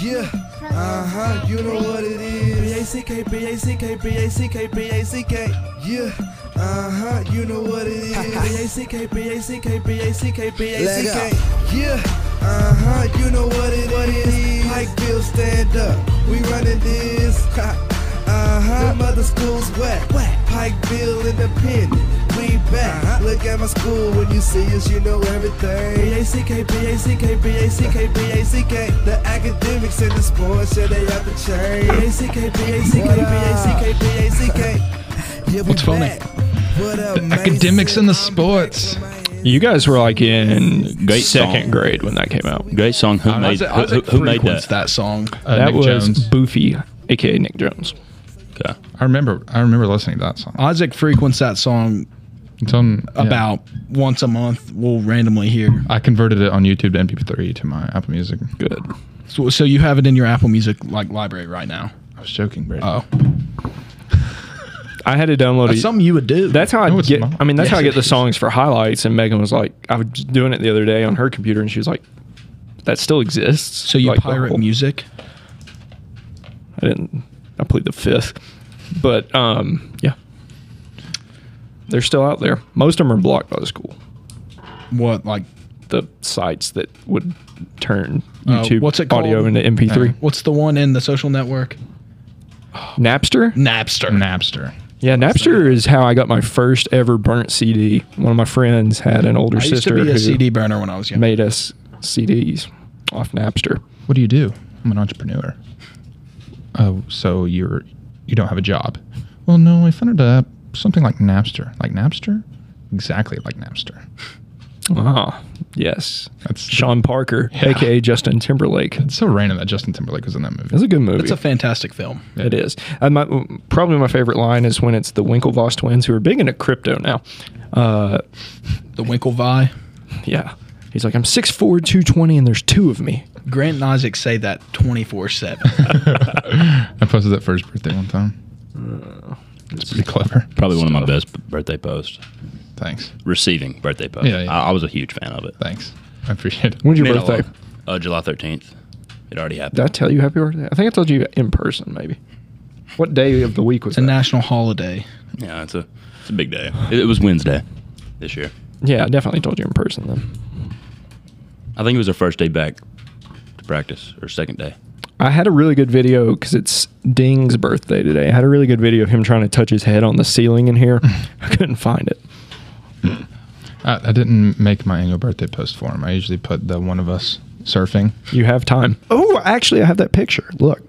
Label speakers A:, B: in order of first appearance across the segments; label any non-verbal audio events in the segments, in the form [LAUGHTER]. A: Yeah, uh huh, you know what it is.
B: B-A-C-K, B-A-C-K, B-A-C-K, B-A-C-K.
A: Yeah, uh huh, you know what [LAUGHS] it is.
B: B-A-C-K, B-A-C-K, B-A-C-K,
A: Leg
B: B-A-C-K.
A: up. Yeah, uh huh, you know what it is. Mike Bill, stand up. We running this. [LAUGHS] uh huh, mother school's wet. Uh-huh. Pikeville independent. We back. Look at my school. When you see us, you know everything.
B: B-A-C-K, B-A-C-K, B-A-C-K, B-A-C-K.
A: The academics and the sports, yeah, they out the chain.
B: B-A-C-K, B-A-C-K,
A: What up?
B: B-A-C-k, B-A-c k
A: [LAUGHS] Yeah, we
C: What's funny?
A: back. What up,
C: The academics and the sports.
D: You guys were like in
E: Great
D: second
E: song.
D: grade when that came out.
E: Great song. Who made
C: I was
E: who,
C: at
E: who made
C: Frequence,
E: that?
C: that song. Uh,
D: that
C: Nick
D: was
C: Jones.
D: Boofy, aka Nick Jones.
E: Okay.
F: I remember. I remember listening to that song.
C: Isaac frequents that song
F: It's on- yeah.
C: about once a month. We'll randomly hear.
F: I converted it on YouTube to MP3 to my Apple Music.
D: Good.
C: So, so you have it in your Apple Music like library right now.
F: I was joking, bro.
C: Oh,
D: I had to download
C: that's
D: it.
C: something you would do.
D: That's how I
F: No, it's
D: get.
F: not.
D: I mean, that's how I get
C: Yes,
D: the songs for highlights. And Megan was like, I was doing it the other day on her computer, and she was like, "That still exists."
C: so you
D: Like, the
C: pirate
D: whole-
C: music.
D: I didn't. I plead the fifth, but um, yeah, they're still out there. Most of them are blocked by the school.
C: What like
D: The sites that would turn
C: Uh,
D: YouTube
C: what's it
D: audio
C: called? Uh,
D: into MP3.
C: what's the one in the social network?
D: Napster.
C: Napster.
F: Napster.
D: Yeah, Napster is how I got my first ever burnt CD. One of my friends had an older
C: I used
D: sister
C: to be
D: who
C: a CD burner when I was young.
D: made us CDs off Napster.
F: What do you do? I'm an entrepreneur. Oh, so you're you don't have a job? Well, no, I founded a something like Napster. Like Napster? Exactly like Napster.
D: Ah, yes.
F: That's
D: Sean Parker, aka Justin Timberlake.
F: It's so random that Justin Timberlake was in that movie.
D: That's a good movie.
C: That's a fantastic film.
D: it is. And my, probably my favorite line is when it's the Winklevoss twins who are big into crypto now. Uh,
C: The Winklevi.
D: yeah. He's like, I'm 6'4, 220, and there's two of me.
C: Grant and Isaac say that 24 [LAUGHS] 7.
F: [LAUGHS] I posted that first birthday one time.
C: Uh,
F: It's pretty clever.
E: Probably one of my best b- birthday posts.
F: Thanks.
E: Receiving birthday post.
F: Yeah, yeah.
E: I, I was a huge fan of it.
F: Thanks. I appreciate it.
D: When's your
E: Meant a
D: birthday?
E: lot. Uh, July 13th. It already happened.
D: Did I tell you happy birthday? I think I told you in person, maybe. What day of the week was
C: It's a
D: that?
C: national holiday.
E: yeah, it's a, it's a big day. It, it was Wednesday this year.
D: yeah, I definitely told you in person then.
E: I think it was our first day back to practice or second day.
D: I had a really good video because it's Ding's birthday today. I had a really good video of him trying to touch his head on the ceiling in
E: [LAUGHS]
D: here. I couldn't find it.
F: I, I didn't make my annual birthday post for him. I usually put the one of us surfing,
D: You have time. Oh, actually, I have that picture. Look,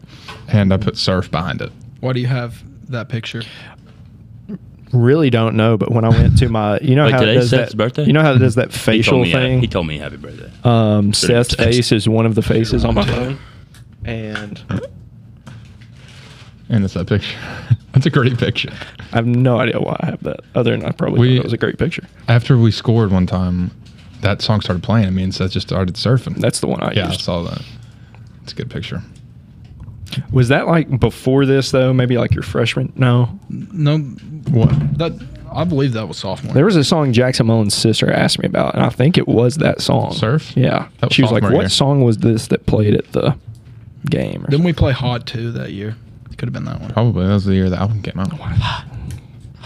F: and I put surf behind it.
C: Why do you have that picture?
D: really don't know, but when I went to my, you know
E: Like
D: how it
E: today's
D: does
E: Seth's
D: that,
E: birthday?
D: you know how it does that
E: He told
D: facial
E: me, uh, he
D: thing.
E: told me happy birthday.
D: um,
E: Send him
D: Seth's
E: text.
D: face is one of the
E: [LAUGHS]
D: faces on my phone, and
F: And it's that picture. [LAUGHS] That's a great picture.
D: I have no idea why I have that. Other than I probably
F: We-
D: thought it was a great picture.
F: After we scored one time, that song started playing. I mean, Seth just started surfing.
D: That's the one I
F: yeah, I
D: used.
F: saw that. It's a good picture.
D: Was that like before this though? Maybe like your freshman? No,
C: No,
F: What?
C: that I believe that was sophomore.
D: There was a song Jackson Mullen's sister asked me about, and I think it was that song.
F: Surf?
D: Yeah.
F: That was
D: She was like,
F: sophomore
D: what
F: year.
D: song was this that played at the game? or
C: Didn't we play Hot 2 that year? Could have been that one.
F: Probably that was the year the album came out.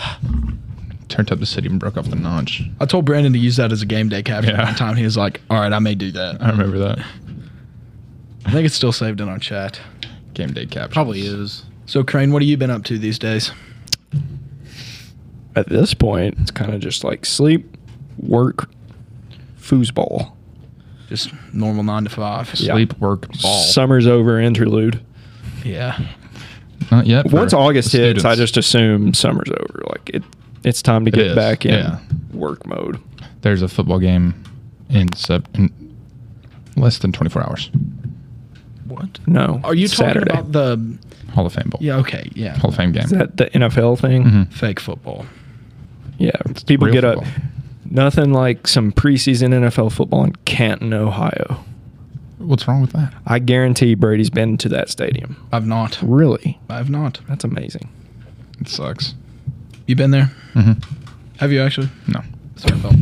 D: [GASPS]
F: Turned up the city and broke off the notch.
C: I told Brandon to use that as a game day caption
F: Yeah. Uh-huh.
C: one time. He was like, all right, I may do that.
F: I remember that
C: I think it's still saved in our chat.
F: game day caption.
C: is. So, Crane, what have you been up to these days?
D: something? At this point, it's kind of just like sleep, work, foosball.
C: Just normal nine to five.
D: Yeah.
F: sleep, work, ball.
D: Summer's over, interlude.
C: Yeah.
F: Not yet. for
D: Once August
F: the
D: hits, I
F: students.
D: just assume summer's over. Like it, it's time to get
F: is,
D: back in
F: yeah.
D: work mode.
F: there's a football game in, sep- in less than 24 hours.
C: What?
D: No,
C: Are you talking
D: Saturday.
C: about the.
F: Hall of Fame Bowl.
C: Yeah, okay. Yeah.
F: Hall of Fame game.
D: Is that the NFL thing?
F: Mhm.
C: Fake football.
D: Yeah, people
F: real
D: get up.
F: football.
D: Nothing like some preseason NFL football in Canton, Ohio.
F: What's wrong with that?
D: I guarantee Brady's been to that stadium.
C: I've not.
D: Really?
C: I've not.
D: That's amazing.
F: It sucks.
C: You been there?
F: hmm
D: Mm-hmm.
C: Have you actually?
F: No.
C: That's what I felt.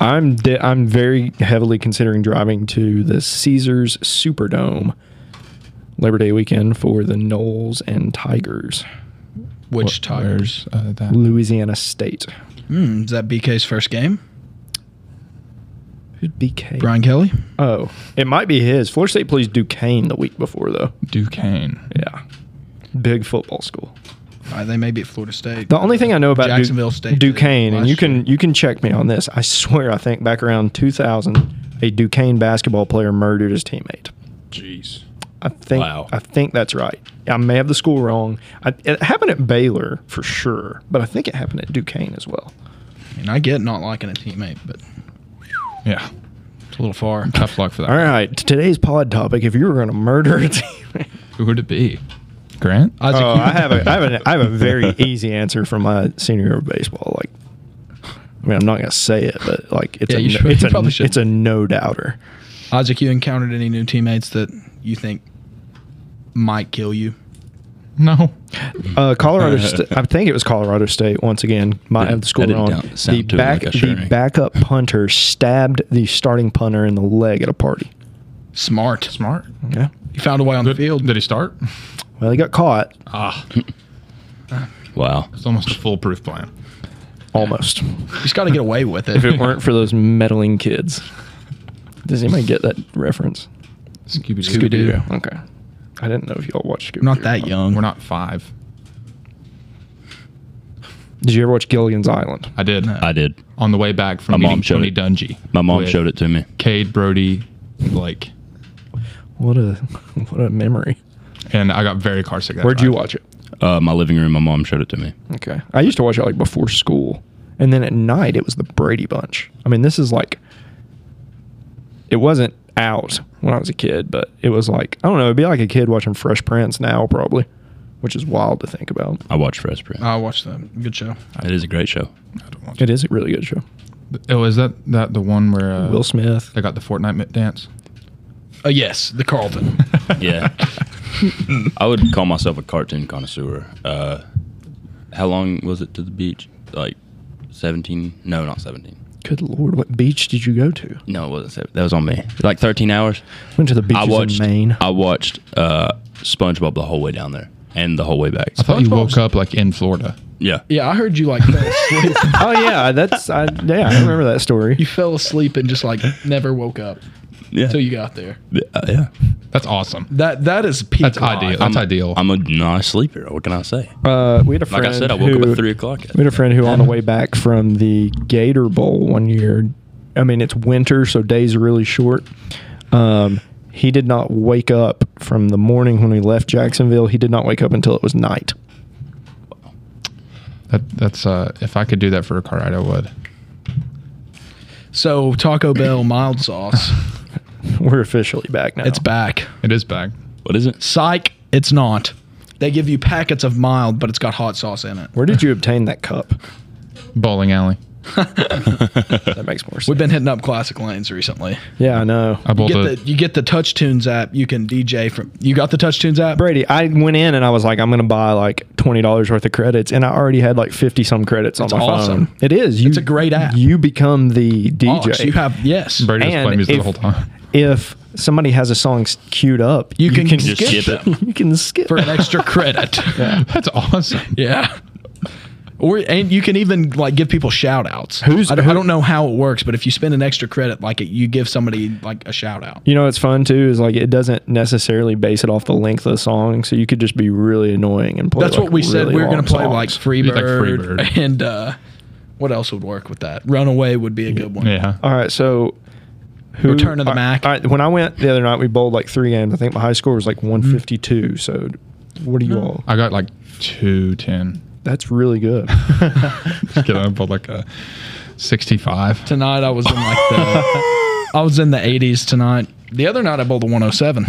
D: I'm de- I'm very heavily considering driving to the Caesars Superdome Labor Day weekend for the Knowles and Tigers,
C: Which
F: Wh-
C: Tigers?
F: where's, uh, that?
D: Louisiana State.
C: Hmm, is that BK's first game?
D: Who'd BK?
C: Brian Kelly?
D: Oh, it might be his. Florida State plays Duquesne the week before though.
F: Duquesne.
D: Yeah, big football school.
C: Uh, they may beat Florida State.
D: The only thing I know about Du-
C: Jacksonville State did
D: Duquesne, and
C: last
D: you can
C: year.
D: you can check me on this. I swear, I think back around 2000, a Duquesne basketball player murdered his teammate.
E: Jeez.
D: I think
E: Wow.
D: I think that's right. I may have the school wrong. I, it happened at Baylor for sure, but I think it happened at Duquesne as well.
C: I mean, I get not liking a teammate, but
F: Yeah.
C: it's a little far.
F: Tough luck for that.
D: All right, today's pod topic: If you were going to murder a [LAUGHS] teammate,
F: Who would it be? Grant?
C: Isaac,
D: oh, I have a I have a, I have
F: [LAUGHS]
D: a very e- easy answer from my senior year of baseball. Like, I mean, I'm not going to say it, but like, it's
C: Yeah,
D: a
C: you
D: no-
C: should-
D: it's
C: you
D: a
C: probably shouldn't.
D: it's a no doubter.
C: Isaac, you encountered any new teammates that you think might kill you?
F: no.
D: Uh,
E: [LAUGHS]
D: Colorado, St- I think it was Colorado State once again. Might
E: That-
D: have the school
E: that didn't
D: wrong.
E: down- sound
D: the
E: too like
D: back,
E: a
D: the
E: shrink. [LAUGHS]
D: backup punter stabbed the starting punter in the leg at a party.
C: Smart.
F: Smart.
D: Yeah.
C: He found a way on the
F: Did,
C: field.
F: did he start?
D: Well, he got caught
F: Ah,
E: Wow.
F: it's almost a foolproof plan.
D: almost.
C: He's got to get away with
D: if
C: it.
D: it weren't for those meddling kids, does anybody get that reference?
F: Scooby
C: Scooby-Doo.
D: Okay. I didn't know if y'all watched. Scooby
C: not that young.
F: We're not five.
D: Did you ever watch Gilligan's Island?
F: I did.
E: I did.
F: On the way back from
E: My
F: meeting
E: mom showed
F: Tony
E: it.
F: Dungy.
E: My mom showed it to me.
F: Cade, Brody, Blake.
D: What a what a memory.
F: And I got very car sick. that
D: Where'd you
F: drive.
D: watch it?
E: Uh, my living room. My mom showed it to me.
D: Okay. I used to watch it like before school. And then at night it was the Brady Bunch. I mean, this is like it wasn't out when I was a kid, but it was like I don't know, it'd be like a kid watching Fresh Prince now probably, which is wild to think about.
E: I watched Fresh Prince.
C: I watched that. Good show.
E: it is a great show.
F: I don't watch
D: It
F: it.
D: is a really good show.
F: Oh, is that, that the one where uh,
D: Will Smith.
F: They got the Fortnite mi- dance?
C: Uh, yes, the Carlton. [LAUGHS]
F: [LAUGHS]
D: [LAUGHS]
E: Yeah. I would call myself a cartoon connoisseur. Uh, how long was it to the beach? Like 17? No, not 17.
D: Good lord, what beach did you go to?
E: No, it wasn't. 17. That was on me. Like 13 hours.
D: Went to the beaches
E: I watched.
D: in Maine.
E: I watched uh, SpongeBob the whole way down there and the whole way back.
F: I thought you
C: SpongeBob's-
F: woke up like in Florida.
D: [LAUGHS]
E: Yeah.
C: yeah, I heard you like fell asleep.
D: oh yeah, that's I, yeah, I remember that
C: you
D: story.
C: fell asleep and just like never woke up
E: Yeah.
C: until you got there.
E: Uh, yeah.
F: That's awesome.
C: That that is peak.
F: That's
C: life.
F: ideal. That's
E: I'm-
F: ideal.
E: I'm a non sleeper. What can I say?
D: Uh, we had a friend.
E: Like I said, I woke up
D: who-
E: at 3 o'clock.
D: We had a friend who, on the way back from the Gator Bowl one year, I mean, it's winter, so days are really short. Um, he did not wake up from the morning when we left Jacksonville. He did not wake up until it was night. [LAUGHS]
F: that, that's uh, if I could do that for a car ride, I would.
C: So Taco Bell mild sauce.
D: We're officially back now.
C: It's back.
F: It is back.
E: What is
C: [LAUGHS]
E: it?
C: Psych. It's not. They give you packets of mild, but it's got hot sauce in it. [LAUGHS]
D: Where did you obtain that cup?
F: Bowling alley.
D: That makes more sense.
C: [LAUGHS] We've been hitting up classic lanes recently.
D: yeah, I know.
F: I bowled
C: Get
F: a,
C: the you get the Touch Tunes app. You can DJ from. You got the Touch Tunes app.
D: Brady, I went in and I was like, I'm going to buy like twenty dollars worth of credits, and I already had like fifty some credits on
C: That's
D: my
C: awesome.
D: phone. It is. You,
C: It's a great app.
D: You become the
C: Box.
D: DJ.
C: Oh, You have yes.
F: Brady was
D: and
F: playing music the
D: if-
F: whole time.
D: if somebody has a song s- queued up,
C: You can just
E: skip
D: it. [LAUGHS] you can skip
C: for an extra credit.
F: [LAUGHS]
E: [LAUGHS]
F: That's awesome.
C: yeah. Or and you can even like give people shout outs.
D: Who's-
C: I, don't-
D: who-
C: I don't know how it works, but if you spend an extra credit, like it, you give somebody like a shout out.
D: You know what's fun too is like it doesn't necessarily base it off the length of the song, so you could just be really annoying and play.
C: That's
D: like,
C: what we said.
D: really
C: We were gonna
D: long
C: play like
D: songs.
C: Freebird,
F: Like Freebird.
C: [LAUGHS] and uh, what else would work with that? Runaway would be a good one.
F: Yeah.
D: All right, so who,
C: Return of the
D: all right,
C: Mac.
D: All right, when I went the other night, we bowled like three games. I think my high score was like 152. So what do
C: Hmm.
D: you all?
F: I got like two ten.
D: That's really
C: [LAUGHS]
D: good.
F: Just kidding. I bought like a sixty-five.
C: Tonight I was in like
D: [LAUGHS]
C: the I was in the 80s tonight. The other night I bowled a 107.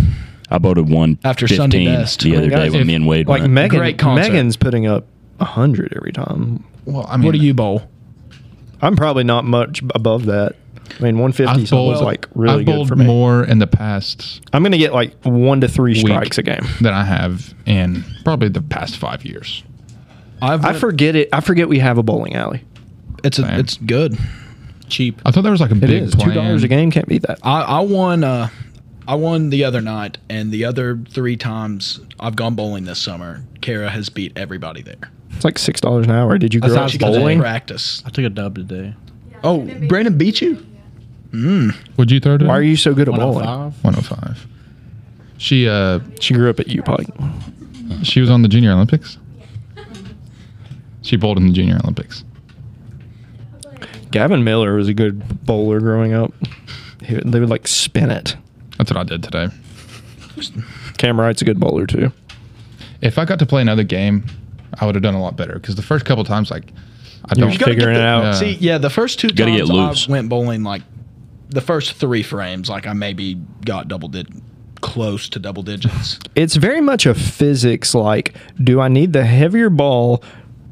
E: I voted one
C: After Sunday best.
E: the
C: Oh my
E: other
D: gosh,
E: day when
D: if-
E: me and Wade
D: like
E: went.
D: Megan,
C: Great concert.
D: Megan's putting up hundred every time.
F: Well, I mean,
C: what do you bowl?
D: I'm probably not much above that. I mean, 150
F: I've
D: is always
F: bowled
D: like really
F: I've
D: good
F: bowled
D: for me.
F: more in the past
D: I'm gonna get like one to three
F: week
D: strikes a game.
F: than I have in probably the past five years.
C: I've
D: I forget it. I forget we have a bowling alley.
C: it's a,
F: Same.
C: it's good.
G: cheap.
F: I thought there was like a
D: It
F: big
D: is two dollars
F: plan.
D: a game. Can't beat that.
C: I, I won. Uh, I won the other night, and the other three times I've gone bowling this summer, Kara has beat everybody there.
D: It's like six dollars an hour. Did you grow up
G: sounds
C: She comes in
D: bowling? Why
C: practice.
G: I took a dub today.
C: Oh, Brandon beat you. Mm.
F: Would you throw to?
D: are you so good at bowling?
G: 105.
F: 105. She uh
D: She grew up at UPod.
F: she was on the Junior Olympics. She bowled in the Junior Olympics.
D: Gavin Miller was a good bowler growing up. He would- They would like spin it.
F: That's what I did today.
D: Cam Wright's a good bowler too.
F: If I got to play another game, I would have done a lot better because the first couple times, like, I
D: You're
F: don't.
C: gotta
D: figuring
C: get
D: it
C: the-
D: out.
F: Yeah.
C: See, yeah, the first two
E: Gotta get
C: times I
E: loose.
C: went bowling, like the first three frames, like I maybe got double did close to double digits.
D: It's very much a physics like, do I need the heavier ball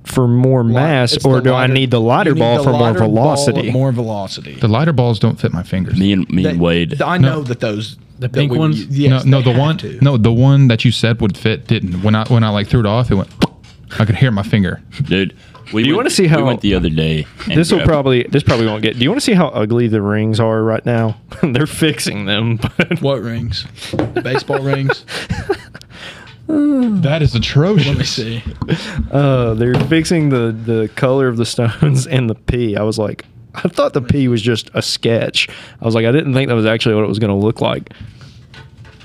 D: for more mass
C: It's
D: or
C: the
D: do I
C: lighter-
D: need the lighter
C: you need
D: ball
C: the
D: for more
C: lighter ball,
D: velocity?
C: More velocity.
F: the lighter balls don't fit my fingers.
E: Me and me and
C: That-
E: Wade.
C: I
F: No.
C: know that those
G: The
C: that
G: pink
C: we-
G: ones?
C: Yes,
F: no, no,
C: they
F: the
C: have
F: one,
C: to.
F: no, the one that you said would fit didn't. When I when I like threw it off, it went. [SNIFFS] I could hear my finger.
E: Dude, we
D: you
E: went-
D: wanna see how-
E: we went the other day? and
D: This will
E: grabbed-
D: probably this probably won't get. Do you want to see how ugly the rings are right
C: [LAUGHS]
D: now? They're fixing them. But
C: What rings?
F: [LAUGHS]
C: Baseball rings.
F: That is atrocious.
C: Let me see.
D: Uh, they're fixing the the color of the stones and the P. I was like, I thought the P was just a sketch. I was like, I didn't think that was actually what it was going to look like.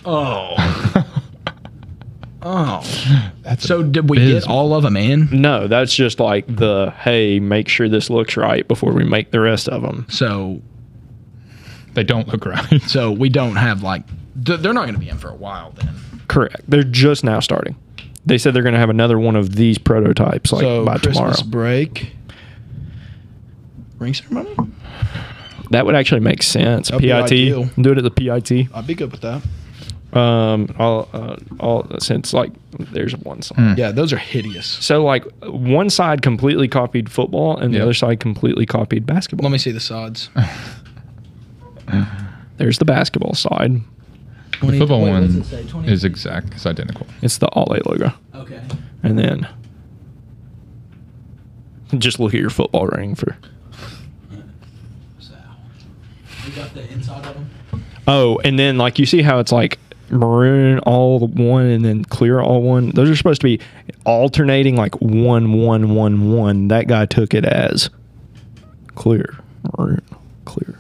F: [LAUGHS]
C: Oh,
F: That's
C: so did we
F: abysmal.
C: get all of them in?
D: No, that's just like the hey, make sure this looks right before we make the rest of them.
C: So,
F: They don't look right.
C: [LAUGHS] so we don't have like th- they're not going to be in for a while then.
D: Correct. They're just now starting. They said they're going to have another one of these prototypes like
C: so
D: by
C: Christmas
D: tomorrow.
C: break. Ring ceremony?
D: That would actually make sense.
C: That'd be ideal.
D: PIT. Do it at the PIT.
C: I'd be good with that.
D: Um, all, uh, all since like there's one side.
F: Mm.
C: Yeah, those are hideous.
D: So like one side completely copied football and the
F: Yeah.
D: other side completely copied basketball.
C: Let me see the sides.
D: There's the basketball side.
F: The football
G: wait, what's
F: one
G: it say? 20?
F: is exact. It's identical.
D: It's the Ole logo.
G: Okay.
D: And then just look at your football ring for
G: So we got the inside of them.
D: Oh, and then like you see how it's like maroon all one and then clear all one. Those are supposed to be alternating like one one one one. That guy took it as clear maroon clear.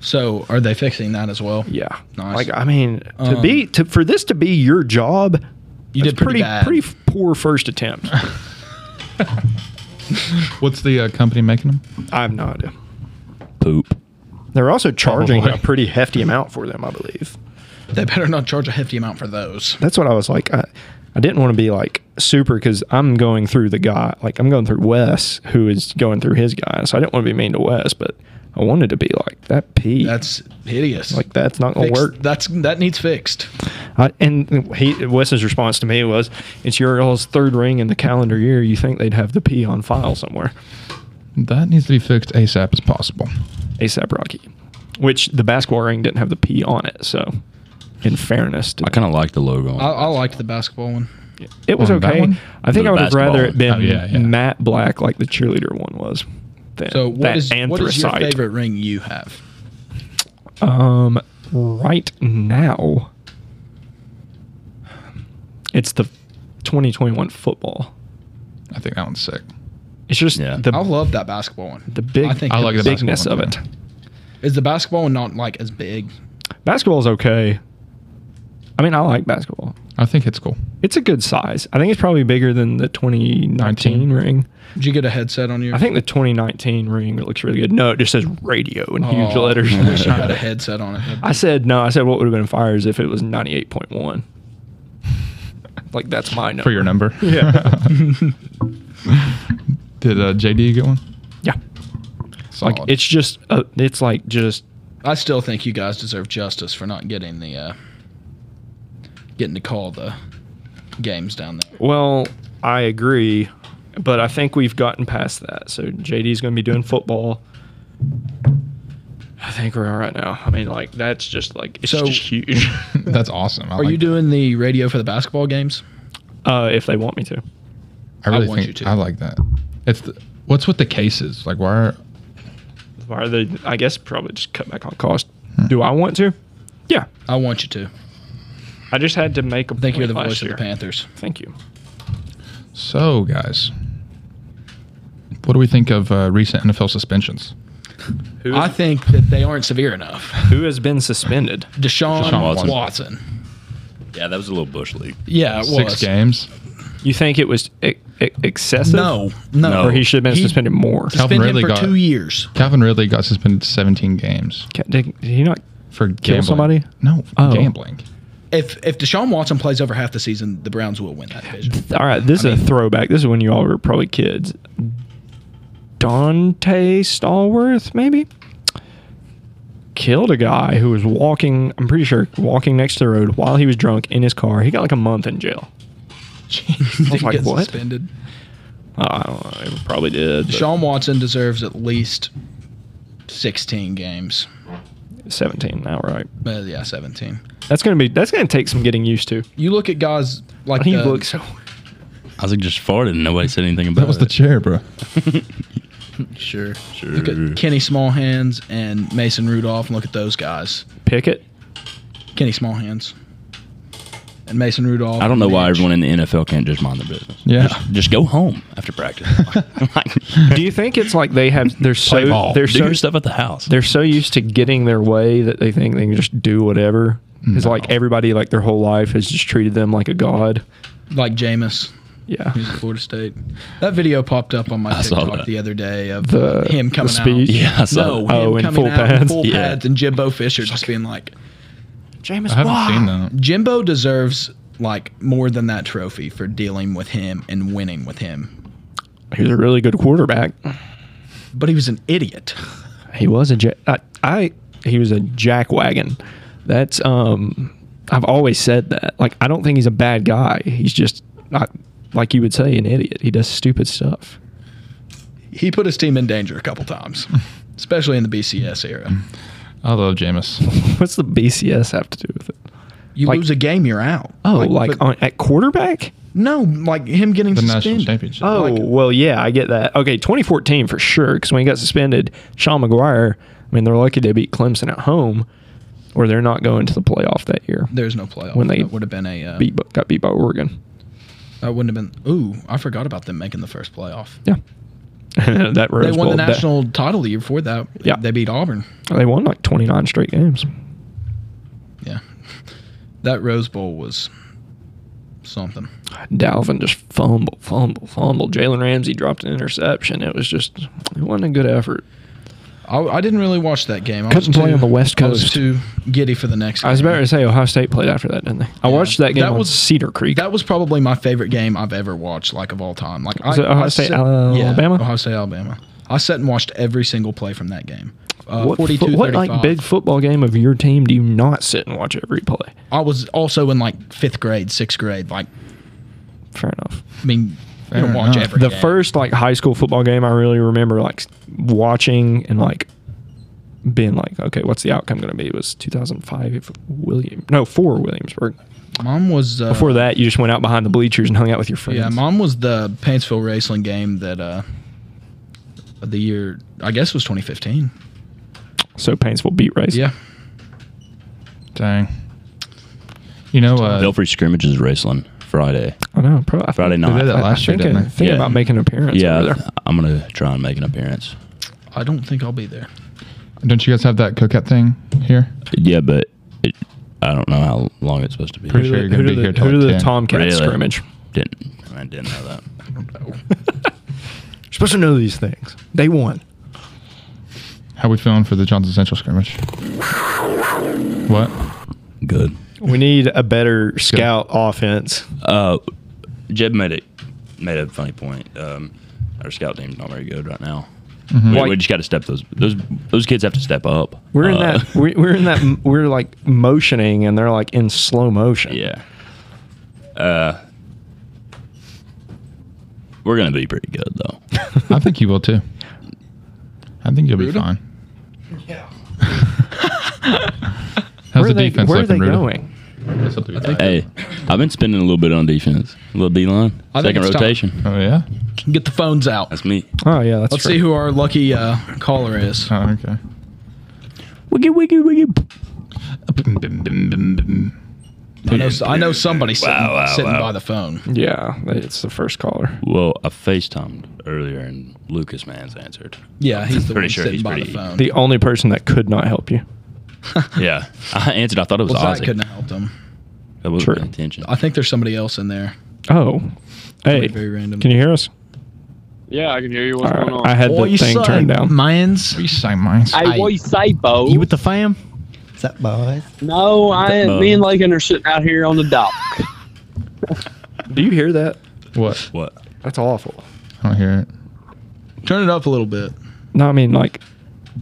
C: So, are they fixing that as well?
D: Yeah,
C: Nice.
D: Like I mean, to
C: Um,
D: be to for this to be your job,
C: You
D: that's
C: did pretty bad.
D: pretty f- poor first
C: [LAUGHS]
D: attempt.
F: What's the uh, company making them?
D: I have no idea.
E: poop.
D: They're also charging
F: Probably.
D: a pretty hefty amount for them, I believe.
C: They better not charge a hefty amount for those.
D: That's what I was like. I, I didn't want to be like super because I'm going through the guy, like I'm going through Wes, who is going through his guy. So I didn't want to be mean to Wes, but I wanted to be like that P.
C: That's hideous.
D: e like that's not gonna
C: Fix-
D: work.
C: That's that needs fixed.
D: I, and he Wes's response to me was, "It's your all's third ring in the calendar year. You think they'd have the P on file somewhere?"
F: That needs to be fixed ASAP as possible.
D: ASAP Rocky, which the basketball ring didn't have the P on it. So, in fairness, to
E: I kind of like the logo. on
C: I, I
E: it.
C: liked the basketball one.
D: it was
F: On that
D: okay.
F: one?
D: I think
E: The
D: I would have
E: basketball
D: rather it been
F: one. Oh, yeah, yeah.
D: matte black like the cheerleader one was. Than,
C: So, what
D: that
C: is what is your
D: anthracite.
C: favorite ring you have?
D: Um, right now, it's the 2021 football.
F: I think that one's sick.
D: It's just
E: Yeah.
D: the
C: I love that basketball one.
D: the big
C: I think
F: I like the basketball
D: bigness of
F: one,
D: it.
F: too.
C: Is the basketball one not like as big?
D: Basketball is okay. I mean, I like basketball.
F: I think it's cool.
D: It's a good size. I think it's probably bigger than the 2019 ring.
C: Did you get a headset on your?
D: I think the 2019 ring looks really good. No, it just says radio in huge
F: [LAUGHS]
C: Oh,
D: letters.
C: I wish
D: [LAUGHS]
C: I had a headset on it.
D: I said no. I said what would have been fire is if it was 98.1. like that's my number.
F: For your
C: [LAUGHS]
F: number.
D: Yeah.
F: [LAUGHS] Did uh, JD get one?
D: yeah.
F: Solid.
D: Like it's just uh, it's like just
C: I still think you guys deserve justice for not getting the uh, getting to call the games down there.
D: well, I agree, but I think we've gotten past that. So JD's going to be doing football. I think we're all right now. I mean, like that's just like it's
C: So-
D: just huge.
F: [LAUGHS]
D: [LAUGHS]
F: That's awesome. I
C: Are
F: like
C: you
F: that.
C: doing the radio for the basketball games?
D: uh, if they want me to.
F: I really
C: want
F: think
C: you to.
F: I like that. It's the, what's with the cases? Like why? Are,
D: Why are they? I guess probably just cut back on cost. Do I want to? Yeah,
C: I want you to.
D: I just had to make a.
C: I think you're
D: point
C: the
D: last
C: voice of
D: year.
C: the Panthers.
D: Thank you.
F: So, guys, what do we think of uh, recent NFL suspensions?
D: Who,
C: I think that they aren't severe enough.
D: who has been suspended?
C: Deshaun,
E: Deshaun
C: Watson.
E: Watson. Yeah, that was a little bush league.
C: Yeah, it
F: Six
C: was.
F: games.
D: You think it was e- e- excessive?
C: No, no.
E: No.
D: Or he should have been
C: He-
D: suspended more.
F: Calvin
C: Suspend him
F: Ridley
C: for
F: got-
C: two years.
F: Calvin Ridley got suspended 17 games
D: Ca- Did, did he not?
F: for gambling.
D: somebody?
F: No, for
D: Oh.
F: gambling.
C: If if Deshaun Watson plays over half the season, the Browns will win that [LAUGHS] division.
D: All right, this is a throwback. This is when you all were probably kids. Dante Stallworth, maybe, killed a guy who was walking. I'm pretty sure walking next to the road while he was drunk in his car. He got like a month in jail. I was
C: Didn't
D: like,
C: get
D: what?
C: Suspended.
D: Uh, I don't know. It probably did. but
C: Deshaun Watson deserves at least sixteen games.
D: 17 now, right?
C: Uh, yeah, seventeen.
D: That's gonna be. That's gonna take some getting used to.
C: You look at guys like uh,
D: He
C: the-
D: looks so.
E: Isaac just farted and nobody said anything about
F: That was the
E: it.
F: chair, bro.
C: sure.
E: Sure.
C: Look at Kenny Smallhands and Mason Rudolph, and look at those guys.
D: Pickett.
C: Kenny Smallhands and Mason Rudolph.
E: I don't know
C: and
E: why
C: Mitch.
E: everyone in the NFL can't just mind their business.
F: Yeah.
E: Just, just go home after practice. [LAUGHS] like, [LAUGHS]
D: Do you think it's like they have? They're so.
F: ball.
D: They're
E: do
D: so
E: your stuff at the house.
D: they're so used to getting their way that they think they can just do whatever. Because like everybody, like their whole life has just treated them like a god.
C: like Jameis.
D: Yeah.
C: He's at Florida State. That video popped up on my
E: I saw
C: TikTok
E: that.
C: the other day of
D: The-
C: him
D: the
C: coming
D: speech?
C: out.
E: Yeah, I saw
C: no,
E: that.
C: him
D: Oh, in
C: coming
D: full
C: out in
D: pads?
C: full
E: Yeah.
C: pads, and Jimbo Fisher just being like,
D: James,
F: I haven't seen that.
C: Jimbo deserves like more than that trophy for dealing with him and winning with him.
D: He's a really good quarterback.
C: But he was an idiot.
D: He was a ja- I, I he was a jackwagon. That's um. I've always said that. Like I don't think he's a bad guy. He's just not like you would say an idiot. He does stupid stuff. [LAUGHS]
C: He put his team in danger a couple times, especially in the BCS era.
F: I love Jameis.
D: What's the BCS have to do with it?
C: You
D: Like-
C: lose a game, you're out.
D: Oh, like,
C: but-
D: on, at quarterback?
C: no, like him getting
F: The national
C: suspended.
F: championship.
D: Oh,
C: Like-
D: well, yeah, I get that. Okay, 2014 for sure, because when he got suspended, Sean McGuire, I mean, they're lucky they beat Clemson at home, or they're not going to the playoff that year.
C: There's no playoff.
D: When they
C: that would have been a uh,
D: Beat, bu- got beat by Oregon.
C: That wouldn't have been. Ooh, I forgot about them making the first playoff.
D: Yeah. [LAUGHS] that Rose
C: They won
D: Bowl,
C: the
D: that-
C: national title the year before that.
D: Yeah.
C: They beat Auburn.
D: they won like 29 straight games.
C: Yeah. [LAUGHS] That Rose Bowl was something.
D: Dalvin just fumble, fumble, fumble. Jalen Ramsey dropped an interception. It was just, it wasn't a good effort.
C: I, I didn't really watch that game. I
D: Couldn't
C: was
D: play
C: too-
D: on the West
C: I was
D: Coast.
C: too giddy for the next
D: I was
C: game.
D: about to say Ohio State played after that, didn't they? I watched that game
C: That
D: on
C: was-
D: Cedar Creek.
C: That was probably my favorite game I've ever watched, like of all time. Like
D: Was it Ohio State, Alabama?
C: Yeah, Ohio State, Alabama. I sat and watched every single play from that game. Uh,
D: what, fo-
C: 42,
D: what like big football game of your team do you not sit and watch every play?
C: I was also in like fifth grade, sixth grade. Like,
D: Fair enough.
C: I mean,
F: Fair
C: you don't watch
F: enough.
C: every
D: The
C: game.
D: first like high school football game I really remember like s- watching and like being like, okay, what's the outcome going to be? Was 2005 William? No, for Williamsburg.
C: Mom was uh,
D: Before that, you just went out behind the bleachers and hung out with your friends.
C: Yeah, mom was the Paintsville Raceland game that uh the year I guess was 2015.
D: So Paintsville beat race.
C: Yeah.
F: Dang. You know, uh,
E: Belfry scrimmages wrestling Friday.
D: I know. Probably, I
E: Friday
D: think-
E: night.
F: did that
D: I-
F: last
D: I
F: year,
D: think,
F: didn't
D: I
F: they?
D: think
E: Yeah.
D: about making an appearance.
E: yeah,
D: over there.
E: I'm gonna try and make an appearance.
C: I don't think I'll be there.
F: don't you guys have that cookout thing here?
E: Yeah, but it, I don't know how long it's supposed to be.
F: Pretty sure you're gonna
D: do
F: be
D: the,
F: here till
D: who do
F: like
D: the
F: 10.
D: Tomcats
E: Really? [LAUGHS]
D: scrimmage?
E: Didn't I didn't know that.
D: You're supposed to know these things. They won.
F: How we feeling for the Johnson Central scrimmage? What? Mm-hmm.
E: Good.
D: We need a better scout offense.
E: Uh, Jeb made it made a funny point. Um, our scout team's not very good right now. We, we
D: Like-
E: just got to step those those those kids have to step up.
D: We're in
E: Uh, [LAUGHS]
D: that. We're, we're in that. We're like motioning, and they're like in slow motion.
E: Yeah. Uh, we're gonna be pretty good though.
F: I think you will too. I think you'll be
C: Rudolph?
F: fine. How's [LAUGHS]
D: where
F: the
D: are they,
F: defense
D: where are
F: looking,
D: they
F: Rudolph?
D: going?
F: That's something we got.
E: Hey, I've been spending a little bit on defense. A little D line,
C: I think
E: second
C: it's time.
E: rotation.
F: Oh yeah.
C: Get the phones out.
E: That's me.
D: Oh yeah, that's
C: Let's
D: true.
C: see who our lucky uh, caller is.
F: Oh, okay.
D: Wiggy wiggy wiggy.
F: Bim, bim, bim, bim, bim.
C: I know, I know somebody sitting,
E: Wow, wow,
C: sitting
E: wow.
C: by the phone.
D: Yeah, it's the first caller.
E: Well, I FaceTimed earlier and Lucas Mans answered.
C: Yeah, he's the
E: Pretty
C: one
E: sure
C: sitting
E: he's
C: by the
E: pretty-
D: [LAUGHS]
C: phone.
D: The only person that could not help you.
C: [LAUGHS]
E: Yeah, I answered. I thought it was
C: well, Zach
E: Ozzy.
C: couldn't have helped him.
E: That wasn't
D: True.
E: my intention.
C: I think there's somebody else in there.
D: Oh, hey,
C: very random.
D: can you hear us?
H: Yeah, I can hear you. What's
D: All right,
H: going on?
D: I had the thing turned down.
F: What you say, mines?
H: Hey, what you say, Bo?
I: You with the fam? What's up, boys?
H: no, I
E: Bo.
H: ain't. Me and Lincoln are sitting out here on the dock.
D: Do you hear that?
F: What?
E: What?
D: That's awful.
F: I don't hear it.
C: Turn it up a little bit.
D: No, I mean like,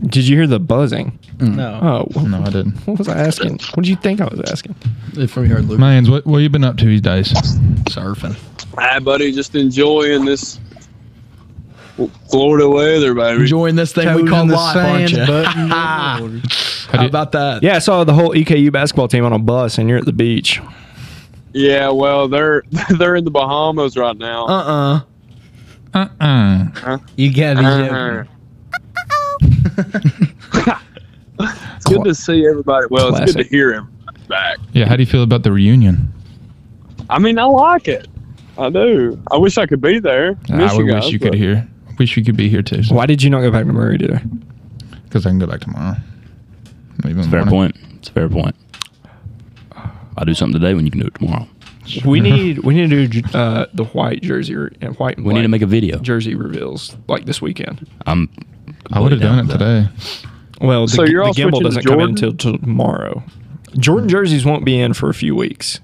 D: did you hear the buzzing?
I: Hmm.
C: No,
D: Oh, wh-
F: No, I didn't.
D: what was I asking? What did you think I was asking?
C: if we heard Luke
F: Mines, what what you been up to these days?
C: surfing.
H: Hi, buddy. Just enjoying this Florida weather, baby.
C: Enjoying this thing we
I: Toes
C: call
I: in the
C: life, aren't you? [LAUGHS]
I: sand, butt in the
C: How
I: water.
F: How do you-
C: about that?
D: Yeah, I saw the whole EKU basketball team on a bus, and you're at the beach.
H: Yeah, well, they're [LAUGHS] they're in the Bahamas right now.
C: Uh-uh.
F: Uh-uh.
I: You gotta be
H: Uh-huh.
I: joking.
H: it's good to see everybody. Well, it's good
D: Classic.
H: to hear everybody back.
F: Yeah. How do you feel about the reunion?
H: I mean, I like it. I do. I wish I could be there. Miss
F: I would
H: guys,
F: wish you could
H: but-
F: hear. Wish you could be here too.
D: Why did you not go back to Murray today?
F: Because I can go back tomorrow. Leave in the
E: Fair
F: morning.
E: point. It's a fair point. I'll do something today when you can do it tomorrow.
D: [LAUGHS] We need we need to do uh, the white jersey re- and white. And
E: We need to
D: black
E: make a video.
D: jersey reveals like this weekend.
E: I'm.
F: I would have done it today.
D: Well, the,
H: So
D: gi-
H: you're
D: the
H: all switching
D: gimbal
H: to
D: doesn't come in
H: Jordan?
D: until tomorrow. Jordan jerseys won't be in for a few weeks.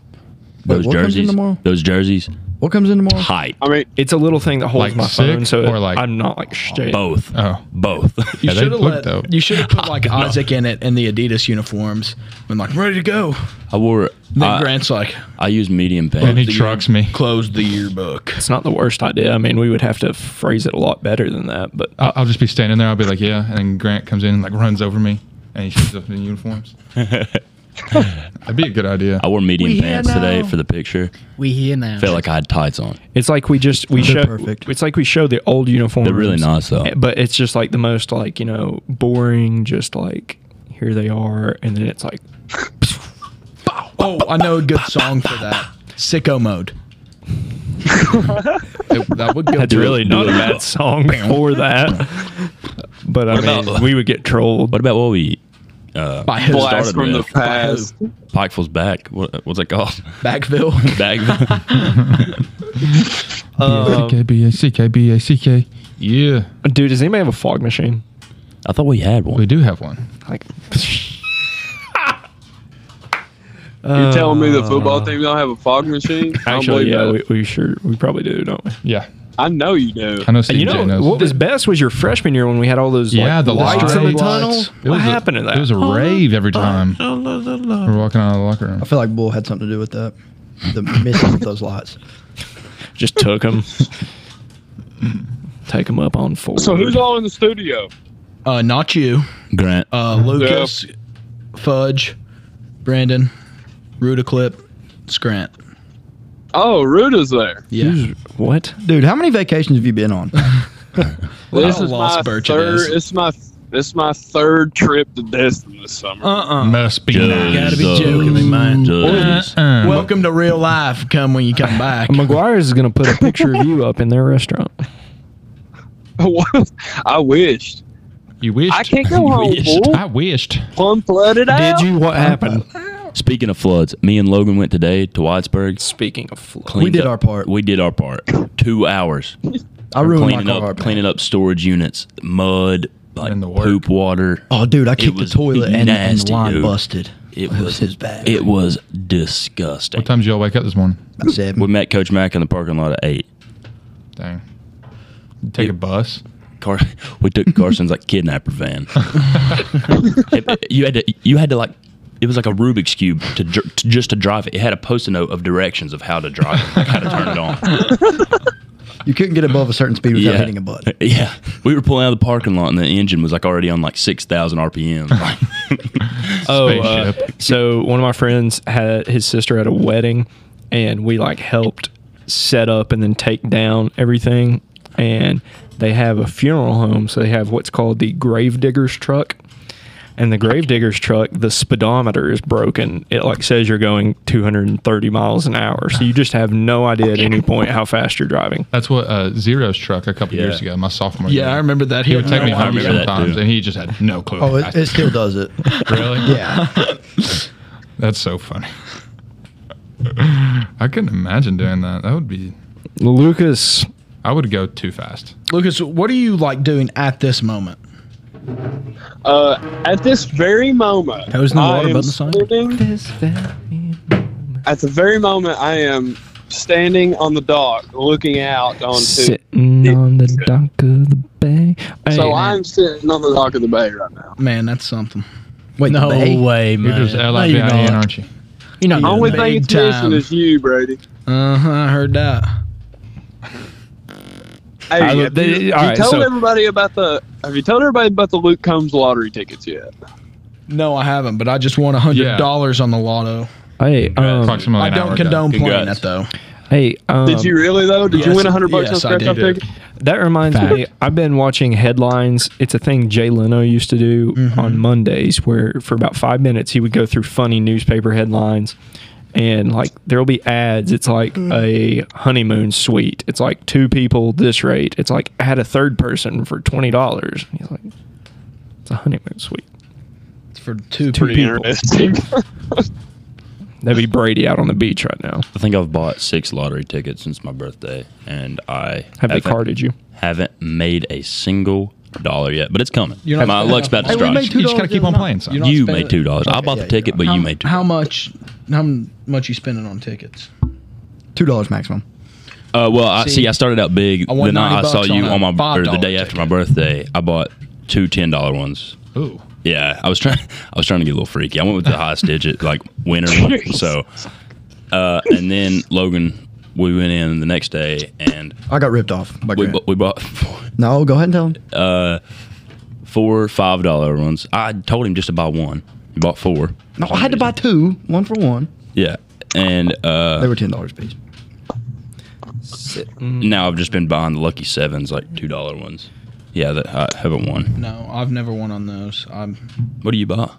E: Those
C: what comes in
E: jerseys.
C: tomorrow?
E: Those jerseys.
C: What comes in tomorrow?
E: Tight.
H: I mean,
D: It's a little thing that holds
F: Like
D: my
F: sick
D: phone, so
F: or
D: it-
F: like-
D: I'm not like shit.
E: Both.
C: Uh.
F: Oh,
E: Both. [LAUGHS]
C: You
F: Yeah, they
C: should have
F: look
C: let.
F: dope.
C: You should have put like Isaac in it in the Adidas uniforms. Been like ready to go.
E: I wore.
C: And then
E: I,
C: Grant's like
E: I use medium
F: and he
E: pants.
F: trucks me.
C: closed the yearbook.
D: It's not the worst idea. I mean, we would have to phrase it a lot better than that, but
F: I'll, I'll just be standing there. I'll be like, yeah. And then Grant comes in and like runs over me, and he shows up in uniforms. That'd be a good idea.
E: I wore medium
I: We here
E: pants today
I: now.
E: for the picture.
I: We here now.
E: Felt like I had tights on.
D: it's like we just we
I: They're
D: show
I: perfect.
D: it's like we show the old uniforms.
E: They're really nice though.
D: Eh, But it's just like the most like, you know, boring just like here they are and then it's like
C: Oh, I know a good song for that. Sicko [LAUGHS] mode. It- that would go
D: that's
C: to
D: really not a
E: [LAUGHS]
D: bad song for that. But I
E: What
D: mean,
E: about-
D: we would get trolled.
E: What about what we?
C: by his
H: blast
E: started
H: from the
E: with-
H: past.
E: Pikeville's back. What, what's it called? [LAUGHS]
C: [LAUGHS] backville.
E: Bagville.
F: B-A-C-K, B-A-C-K, B-A-C-K. Yeah,
D: Um, Dude, does anybody have a fog
E: [LAUGHS]
D: machine?
E: I thought we had one.
F: we do have one.
D: Like
H: You're
I: Um,
H: telling me the football team don't have a fog
D: [LAUGHS]
H: machine? I don't
D: Uh, Actually,
H: believe
D: yeah,
H: that.
D: we, we sure we probably do, don't we?
F: Yeah,
H: I know you do.
F: I know Steve
D: you
F: J
D: know
F: knows.
D: what was best was your freshman year when we had all those
F: Yeah,
D: like,
F: the
D: lights in
F: strobe
D: the
F: lights.
D: tunnel.
F: It
D: What
F: was a-
D: happened to that?
F: It was a rave every time we're walking out of the locker room.
I: I feel like Bull had something to do with that. The missing of those lights.
D: Just
F: [LAUGHS]
D: took them. Take them up on four.
H: So who's all in the studio?
C: Uh, not you.
E: Grant.
C: Uh, Lucas, Fudge, Brandon, Rudaclip, Scrant.
H: Oh, Ruda's there.
C: Yeah.
D: what?
I: Dude, how many vacations have you been on?
H: This
C: How
H: is
C: lost
H: my
C: Birch it
H: third.
C: is.
H: It's my. It's my third trip to Destin this summer.
C: [LAUGHS]
H: [LAUGHS]
C: Uh-uh.
F: Must be
E: Just-
F: nice.
C: Gotta be joking me, man.
E: Just-
F: Uh,
C: Uh-uh. Welcome to real life. Come when you come back.
D: McGuire's is gonna put a picture of you up in their restaurant.
H: What? I wished.
F: you wished.
H: I can't go home, fool.
F: I wished.
H: Plum flooded out.
D: Did you? What happened?
E: Speaking of floods, me and Logan went today to Whitesburg.
D: Speaking of flood,
E: cleaned
I: did
E: up-
I: our part.
E: We did our part. Two hours
I: I ruined
E: cleaning
I: my car.
E: up,
I: man.
E: cleaning up storage units, mud, like
F: And the work.
E: poop water.
I: Oh, [LAUGHS] dude, I kicked the
E: was
I: toilet and, and the
E: nasty,
I: line
E: dude.
I: busted.
E: It was-
I: his bad.
E: It was disgusting.
F: What time did y'all wake up this morning?
I: I
C: [LAUGHS]
I: said,
E: We met Coach Mack in the parking lot at eight.
F: Dang. Take a bus.
E: Car- we took Carson's like kidnapper
D: [LAUGHS]
E: van. It- you had to, you had to like, it was like a Rubik's cube to, dr- to just to drive it. It had a post-it note of directions of how to drive it, like how to turn it on.
I: [LAUGHS] You couldn't get above a certain speed without
E: yeah.
I: hitting a button.
E: [LAUGHS] Yeah, we were pulling out of the parking lot, and the engine was like already on like six thousand
I: [LAUGHS]
E: RPM.
D: Oh, uh,
F: Spaceship.
D: so one of my friends had his sister at a wedding, and we like helped set up and then take down everything. And they have a funeral home, so they have what's called the gravediggers truck. And the gravediggers truck, the speedometer is broken. It like says you're going 230 miles an hour, so you just have no idea at any point how fast you're driving.
F: That's what uh, Zero's truck a couple years ago, my sophomore year.
C: Yeah, I remember that.
F: He
C: Here,
F: would take me
E: I
F: home
E: remember that
F: sometimes,
E: too.
F: and he just had no clue.
I: Oh,
F: I-
I: it, it still does it.
F: really?
I: Yeah.
F: [LAUGHS] That's so funny. I couldn't imagine doing that. That would be.
D: Lucas,
F: I would go too fast.
C: Lucas, what are you like doing at this moment?
H: Uh, at this very moment,
C: Toes in the
H: I
C: water,
H: am
C: butt in the sun.
H: standing- At the very moment, I am standing on the dock, looking out onto.
D: sitting on the dock of the bay.
H: so
D: Hey,
H: I'm sitting on the dock of the bay right now.
C: Man, that's something.
I: Wait,
C: No
I: the bay?
C: way,
F: You're
C: man.
F: just L I
C: No,
F: V
C: you're
F: I N,
C: not.
F: aren't you?
C: You're not.
H: Only thing it's missing is you, Brady.
C: Uh huh. I heard that.
H: Hey,
D: I
H: have
D: lo-
H: you,
D: they-
H: have you
D: alright,
H: told
D: so-
H: everybody about the? Have you told everybody about the Luke Combs lottery tickets yet?
C: No, I haven't. But I just won hundred dollars on the lotto.
D: Hey, um,
F: Approximately
C: I
F: an hour
C: don't
F: ago.
C: condone playing
E: Congrats.
C: it though.
D: hey, um,
H: Did you really though? Did you
C: yes,
H: win hundred bucks
C: yes, I
H: on scratch
C: did.
H: ticket?
D: That reminds me, I've been watching headlines. It's a thing Jay Leno used to do on Mondays where for about five minutes he would go through funny newspaper headlines and like there'll be ads. It's like a honeymoon suite. It's like two people this rate. It's like add a third person for twenty dollars. He's like, It's a honeymoon suite.
C: It's for two,
H: Pretty
C: people.
H: interesting. [LAUGHS]
D: That'd be Brady out on the beach right now.
E: [LAUGHS] I think I've bought six lottery tickets since my birthday, and I
D: Have they
E: haven't-
D: carded you?
E: Haven't made a single dollar yet, but it's coming.
C: You're not
E: my
C: spending
E: luck's about to
C: enough money. Hey, we
E: strike.
C: made
F: You just gotta
C: $2
F: keep on
C: the other
F: playing
C: night.
F: something.
C: You're not
E: You
C: spending
E: made
C: it.
E: two dollars. I bought
I: yeah,
E: the ticket,
I: yeah.
E: but
C: How-
E: you made two.
C: How much? How m- much you spending on tickets?
I: Two dollars maximum.
E: Uh, well, I, see,
C: See,
E: I started out big.
C: I won
E: The night
C: 90
E: I saw
C: bucks
E: you on,
C: on a
E: my or the
C: $5
E: day after my birthday, I bought two ten dollar ones.
F: Ooh.
E: Yeah, I was trying. [LAUGHS] I was trying to get a little freaky. I went with the
C: [LAUGHS]
E: highest digit, like winner. one. So, uh, and then Logan, we went in the next day, and
I: I got ripped off by
E: we
I: Grant.
E: bu- we bought [LAUGHS] four, Uh,
I: no, go ahead and tell him.
E: four five dollar ones. I told him just to buy one. He bought four.
I: No, I had to buy two, one for one.
E: Yeah, and uh,
I: They were ten dollars piece.
E: now I've just been buying the lucky sevens, like two dollar ones. Yeah, that I haven't won.
C: No, I've never won on those. I'm.
E: What do you buy?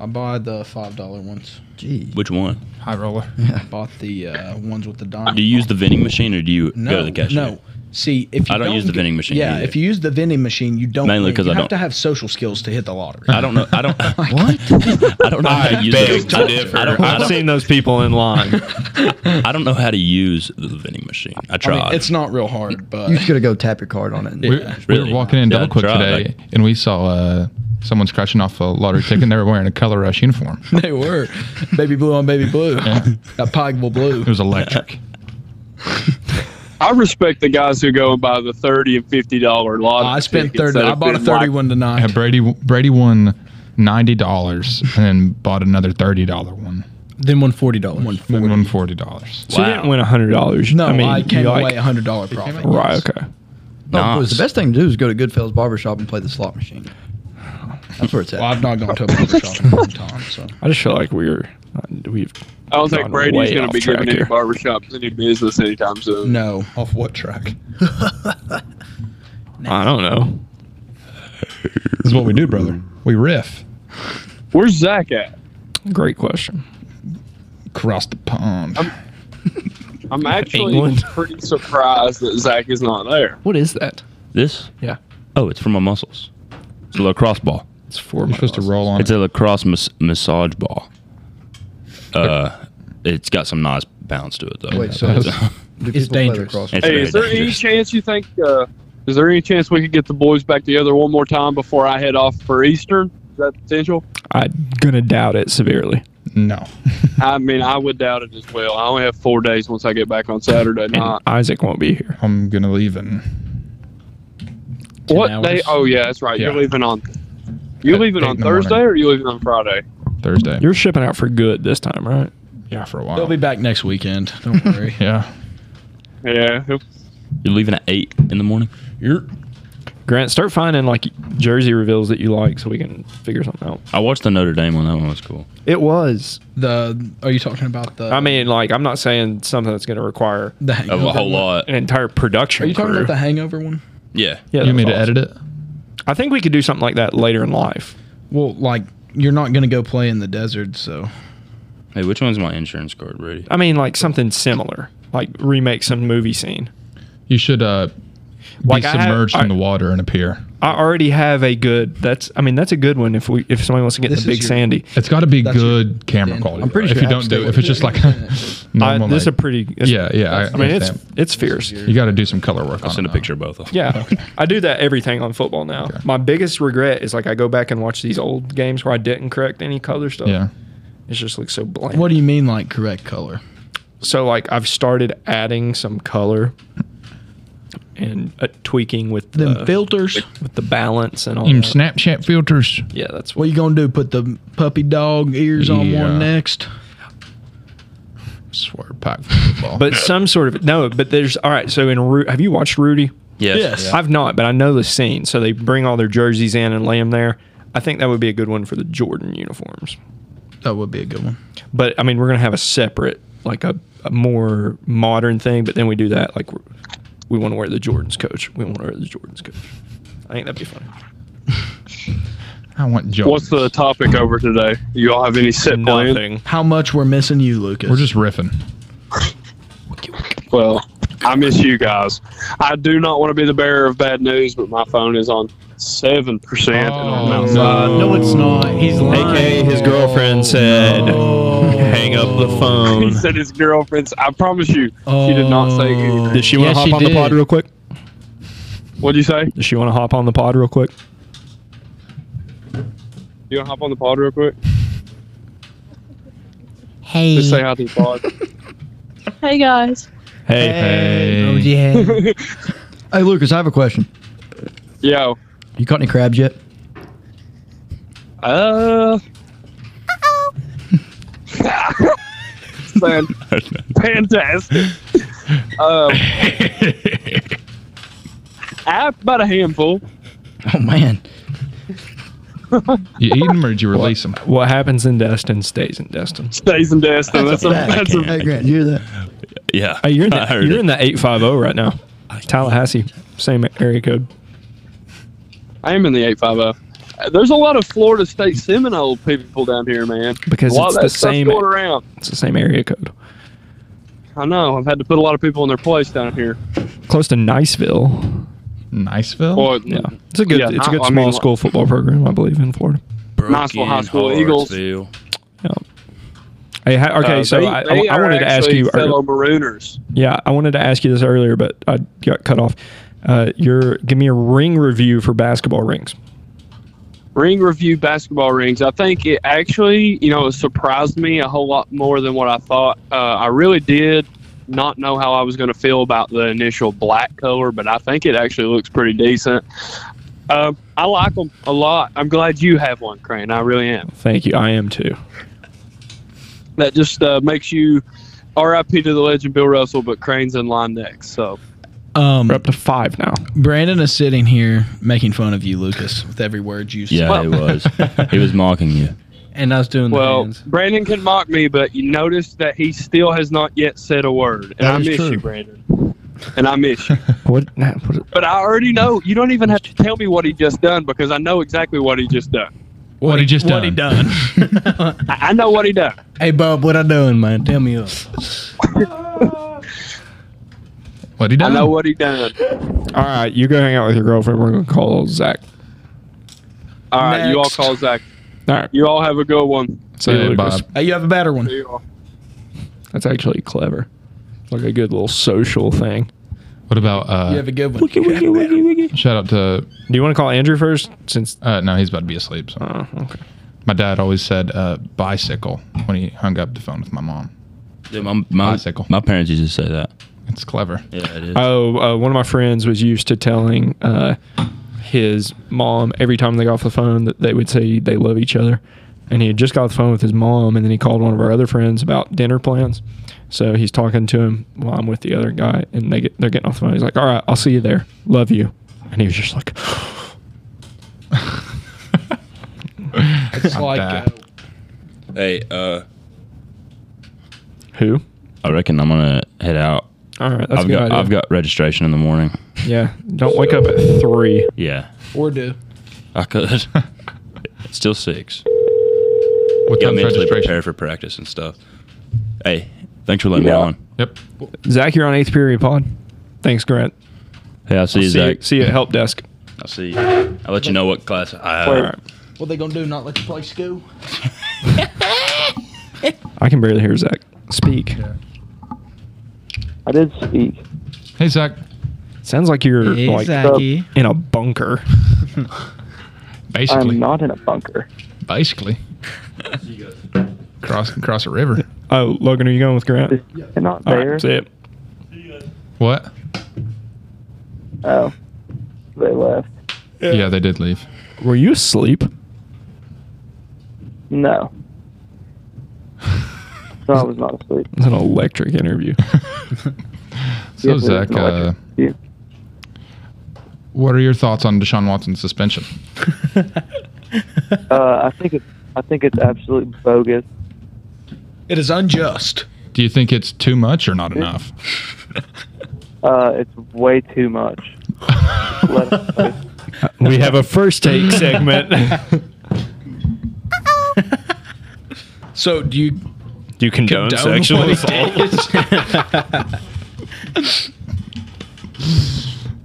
C: I buy the five dollar ones.
I: Jeez.
E: Which one?
F: High roller.
C: I bought the uh, ones with the dime.
E: Do you use the vending machine or do you
C: no,
E: go to the cashier?
C: No. See, if you
E: I don't use the
C: get-
E: vending machine
C: Yeah,
E: either.
C: if you use the vending machine, you don't.
E: Mainly
C: win.
E: 'cause
C: You
E: I
C: have
E: don't-
C: to have social skills to hit the lottery.
E: I don't know. I don't. I don't know how to use. those- I don't. I don't, I
D: I've
E: don't,
D: seen those people in line.
E: I don't know how to use the vending machine. I
C: I
E: tried.
C: mean, it's not real hard, but
I: You could have go tap your card on it.
F: [LAUGHS]
I: And
F: We, we
E: Really?
F: were walking in
E: Yeah,
F: double quick
E: try,
F: today,
E: like-
F: and we saw uh, someone scratching off a lottery ticket. and They were wearing a color rush uniform.
C: [LAUGHS] they were baby blue on baby blue. Got Pogble blue.
F: It was electric.
H: I respect the guys who go and buy the thirty and fifty dollar lottery.
C: I spent
H: tickets
C: thirty.
H: that
C: I
H: have
C: bought a
H: been, like,
C: thirty-one tonight.
F: Yeah, Brady Brady won ninety dollars and then bought another thirty dollar one.
C: Then won forty dollars.
F: Then won forty dollars.
D: So you didn't
E: Wow.
D: win hundred dollars.
C: No, Oh, I,
D: I mean
C: came
D: you,
C: away
D: like-
C: a hundred dollar profit.
D: Right, okay.
I: Oh, boys, the best thing to do is go to Goodfellas Barbershop and play the slot machine. That's where it's at.
C: Well, I've not gone to a barber shop in a long time, so
D: I just feel like we're we've
H: I don't think
D: gone
H: Brady's
D: way
H: going to be
D: off track
H: giving any
D: here.
H: barbershops any business anytime soon.
C: no.
F: Off what track?
D: I don't know.
F: This is what we do, brother. We riff
H: Where's Zach at?
D: Great question.
F: across the pond.
C: [LAUGHS]
H: I'm actually
D: England.
H: pretty surprised that Zach is not there.
D: What is that?
E: this.
D: Yeah.
E: Oh, it's for my muscles. It's a lacrosse ball.
D: It's for
F: You're supposed to roll on
E: It's
F: it.
E: a lacrosse mas- massage ball. Uh, it's got some nice bounce to it though.
I: Wait, so
F: [LAUGHS] does.
I: do
C: It's
I: people play
C: dangerous.
I: lacrosse?
E: It's
H: Hey,
E: very
H: is there any
E: dangerous.
H: chance you think? Uh, is there any chance we could get the boys back together one more time before I head off for Eastern? Is that potential?
D: I'm gonna doubt it severely.
F: no. [LAUGHS]
H: I mean, I would doubt it as well. I only have four days once I get back on Saturday
D: And
H: night.
D: Isaac won't be here.
F: I'm gonna leave in.
H: What
C: hours.
H: day? Oh yeah, that's right. You're
F: Yeah.
H: leaving on. You
F: At
H: leaving
F: eight
H: on
F: in the morning.
H: Thursday or you leaving on Friday?
F: Thursday.
D: You're shipping out for good this time, right?
F: yeah, for a
C: They'll
F: while. [LAUGHS]
C: be back next weekend. Don't worry.
F: yeah.
H: Yeah.
E: You're leaving at eight in the morning.
F: You're
D: Grant, start finding like jersey reveals that you like so we can figure something out.
E: I watched the Notre Dame one. That one was cool.
D: It was.
C: The are you talking about the?
D: I mean, like, I'm not saying something that's going to require
C: the
E: Of
C: hangover.
E: a whole
C: one?
E: lot.
D: an entire production.
C: Are you talking
D: crew.
C: about the Hangover one?
E: Yeah.
D: Yeah,
F: you
D: that
F: made
D: was
F: to
D: awesome.
F: edit it.
D: I think we could do something like that later in life.
C: Well, like you're not gonna go play in the desert, so
E: Hey, which one's my insurance card, Brady?
D: I mean, like something similar, like remake some movie scene.
F: You should uh, be
D: Like, I have-
F: submerged
D: I-
F: in the water and appear.
D: I already have a good. That's. I mean, that's a good one. If we, if somebody wants to get in
C: This
D: the
C: is
D: big
C: your-
D: sandy,
F: It's got to be
C: That's
F: good
C: your-
F: camera
C: then-
F: quality.
C: I'm
I: pretty
F: though. if
I: sure
F: you
I: I
F: don't
I: have
F: do
I: to
F: if
I: stay
F: it's just like
D: I,
F: normal.
D: this is a
F: like-
D: pretty. it's-
F: yeah, yeah.
D: I mean, it's it's fierce.
F: you got to do some color work.
E: I'll
F: on
E: send
F: it,
E: a
F: though.
E: picture of both. of 'em. [LAUGHS]
D: Yeah, I do that everything on football now.
F: Okay.
D: My biggest regret is like I go back and watch these old games where I didn't correct any color stuff.
F: Yeah.
D: it just looks so bland.
C: what do you mean like correct color?
D: so like I've started adding some color and uh, tweaking with
C: Them
D: the
C: filters.
D: with the balance and all.
F: Them
D: That.
F: Snapchat filters.
D: yeah, that's
C: What
D: what.
C: you gonna do? Put the puppy dog ears on
F: Yeah.
C: one next?
F: Swear pack football.
D: But some sort of no, but there's all right. So in Ru- have you watched Rudy?
E: Yes.
D: [LAUGHS]
C: Yes.
D: I've not, but I know the scene. So they bring all their jerseys in and lay them there. I think that would be a good one for the Jordan uniforms.
C: That would be a good one.
D: But I mean, we're gonna have a separate, like a, a more modern thing. But then we do that, like we're, we want to wear the Jordans, coach. We want to wear the Jordans, coach. I think that'd be fun.
F: I want Joe.
H: What's the topic over today? You all have any set plan?
D: Nothing.
C: How much we're missing you, Lucas?
F: We're just riffing.
H: Well, I miss you guys. I do not want to be the bearer of bad news, but my phone is on seven percent, and I'm
F: Oh,
H: outside.
C: no, it's not. He's Oh.
D: AKA his girlfriend said,
F: Oh.
D: "Hang up the
H: He
D: phone."
H: said his girlfriend's. I promise you, she did not
D: Oh.
H: say anything.
D: Does she want
C: Yes,
D: to
C: she
D: hop on
C: did.
D: the pod real quick?
H: What'd you say?
D: Does she want to hop on the pod real quick?
H: You want to hop on the pod real quick? Hey. Just say hi to the pod.
J: Hey guys.
D: Hey,
F: Hey.
I: Oh, yeah.
D: [LAUGHS]
I: hey, Lucas, I have a question.
H: Yo.
I: You caught any crabs yet?
D: [LAUGHS]
H: Uh. Man, fantastic. Um, I- about a handful.
I: Oh, man.
F: [LAUGHS] You eat them or did you release them?
D: what happens in Destin stays in Destin.
H: Stays in Destin. [LAUGHS] That's,
I: Back.
H: a, that's a
I: Hey, Grant, you hear that?
E: Yeah. [LAUGHS]
D: Hey, you're in
E: I
D: the,
E: heard
D: you're
E: it.
D: in the 850 right now. Tallahassee, same area code.
H: I am in the 850. Uh, There's a lot of Florida State Seminole people down here, man.
D: Because
H: a lot
D: it's
H: of
D: the
H: that stuff's
D: same-
H: going around.
D: It's the same area code.
H: I know. I've had to put a lot of people in their place down here.
D: Close to Niceville.
F: Niceville.
H: Or
D: Yeah, it's a good
H: Yeah,
D: it's a
H: I-
D: good
H: I mean,
D: small
H: like-
D: school football program, I believe, in Florida.
H: Knoxville High
E: Broken
H: School Eagles.
E: Hartsville.
D: Yeah. Hey, ha- okay,
H: uh,
D: so
H: they-
D: I, I-
H: they
D: I
H: are
D: wanted to ask
H: actually
D: you. er,
H: fellow Marooners.
D: yeah, I wanted to ask you this earlier, but I got cut off. Uh, your give me a ring review for basketball rings.
H: ring review basketball rings. I think it actually, you know, it surprised me a whole lot more than what I thought. Uh, I really did not know how I was going to feel about the initial black color, but I think it actually looks pretty decent. Um, I like them a lot. I'm glad you have one, Crane. I really am.
D: Thank you. I am too.
H: That just uh, makes you RIP to the legend Bill Russell, but Crane's in line next. So
C: um,
D: We're up to five now.
C: Brandon is sitting here making fun of you, Lucas, with every word you say.
E: Yeah, it [LAUGHS] was.
C: [LAUGHS]
E: he was mocking you.
I: And I was doing the
H: Well,
I: hands.
H: Brandon can mock me, but you notice that he still has not yet said a word. And
I: That
H: I
I: is
H: miss
I: true.
H: you, Brandon. And I
F: [LAUGHS]
H: miss you.
D: What? nah, what
H: But I already know. You don't even have to tell me what he just done because I know exactly what he just done.
F: [LAUGHS] What he just
C: What he
F: done?
C: done?
H: I, I know what he done. [LAUGHS]
I: Hey, Bob, what I doing, man? Tell me
K: uh,
I: up.
F: [LAUGHS] What he
H: I
F: done?
H: know what he done.
D: All right, you go hang out with your girlfriend. We're gonna call Zach.
H: All right, you all
C: Next.
H: call Zach.
D: All right,
H: You all have a good one.
D: see you
F: Hey,
D: later,
F: Bob.
D: Chris.
C: [LAUGHS] hey, you have a better one.
H: You all.
D: That's actually clever. Like a good little social thing.
F: What about uh?
C: You have a good one. [LAUGHS]
F: shout out to
D: Do you want to call Andrew first? Since
F: uh? No, he's about to be asleep. So.
D: oh, okay.
F: My dad always said uh, bicycle when he hung up the phone with my mom.
E: Dude, my, my,
F: Bicycle.
E: my parents used to say that.
F: It's clever.
E: Yeah, it is.
D: Oh, uh, one of my friends was used to telling uh, his mom every time they got off the phone that they would say they love each other, and he had just got off the phone with his mom, and then he called one of our other friends about dinner plans. So he's talking to him while I'm with the other guy, and they get they're getting off the phone. He's like, "All right, I'll see you there. Love you." And he was just like, [GASPS]
C: It's
F: Not
C: like
F: bad.
C: uh,
E: Hey, uh,
D: "Who?"
E: I reckon I'm gonna head out.
D: All right, that's a
E: I've
D: good
E: got
D: idea.
E: I've got registration in the morning.
D: yeah. Don't wake up at three.
E: Yeah,
C: or do.
E: I [LAUGHS] could. it's still six.
F: What
E: Got
F: time's
E: mentally
F: registration?
E: prepare for practice and stuff. Hey, thanks for letting me on.
F: Yep.
D: Zach, you're on eighth period pod. Thanks, Grant.
E: Hey, I'll see you,
D: see
E: Zach.
D: You, see you at help desk.
E: I'll see you. I'll let you know what class I have.
D: All right.
C: What they gonna do? Not let you play school?
D: I can barely hear Zach speak.
H: I did speak.
F: Hey Zach,
D: Sounds like you're like
H: Zachy.
D: in a bunker.
F: basically,
H: I'm not in a bunker.
F: basically, cross cross a river.
D: Oh, Logan, are you going with Grant?
H: They're not
D: All
H: there.
D: right, see it.
F: What?
H: oh, they left.
F: Yeah. they did leave.
H: [LAUGHS]
D: Were you asleep?
H: No. No, I was not asleep.
D: It's an electric interview.
F: So
H: Yes, it was
F: Zach,
H: an
F: uh,
H: electric view.
F: what are your thoughts on Deshaun Watson's suspension?
H: Uh, I think it's I think it's absolutely bogus.
C: [LAUGHS] It is unjust.
F: Do you think it's too much or not enough?
H: Uh, it's way too much. Let
C: [LAUGHS]
H: him play.
D: [LAUGHS] we have a first take segment.
C: So do you
D: Do [LAUGHS] you condone,
C: condone
D: sexual
C: what he
D: assault?
C: did?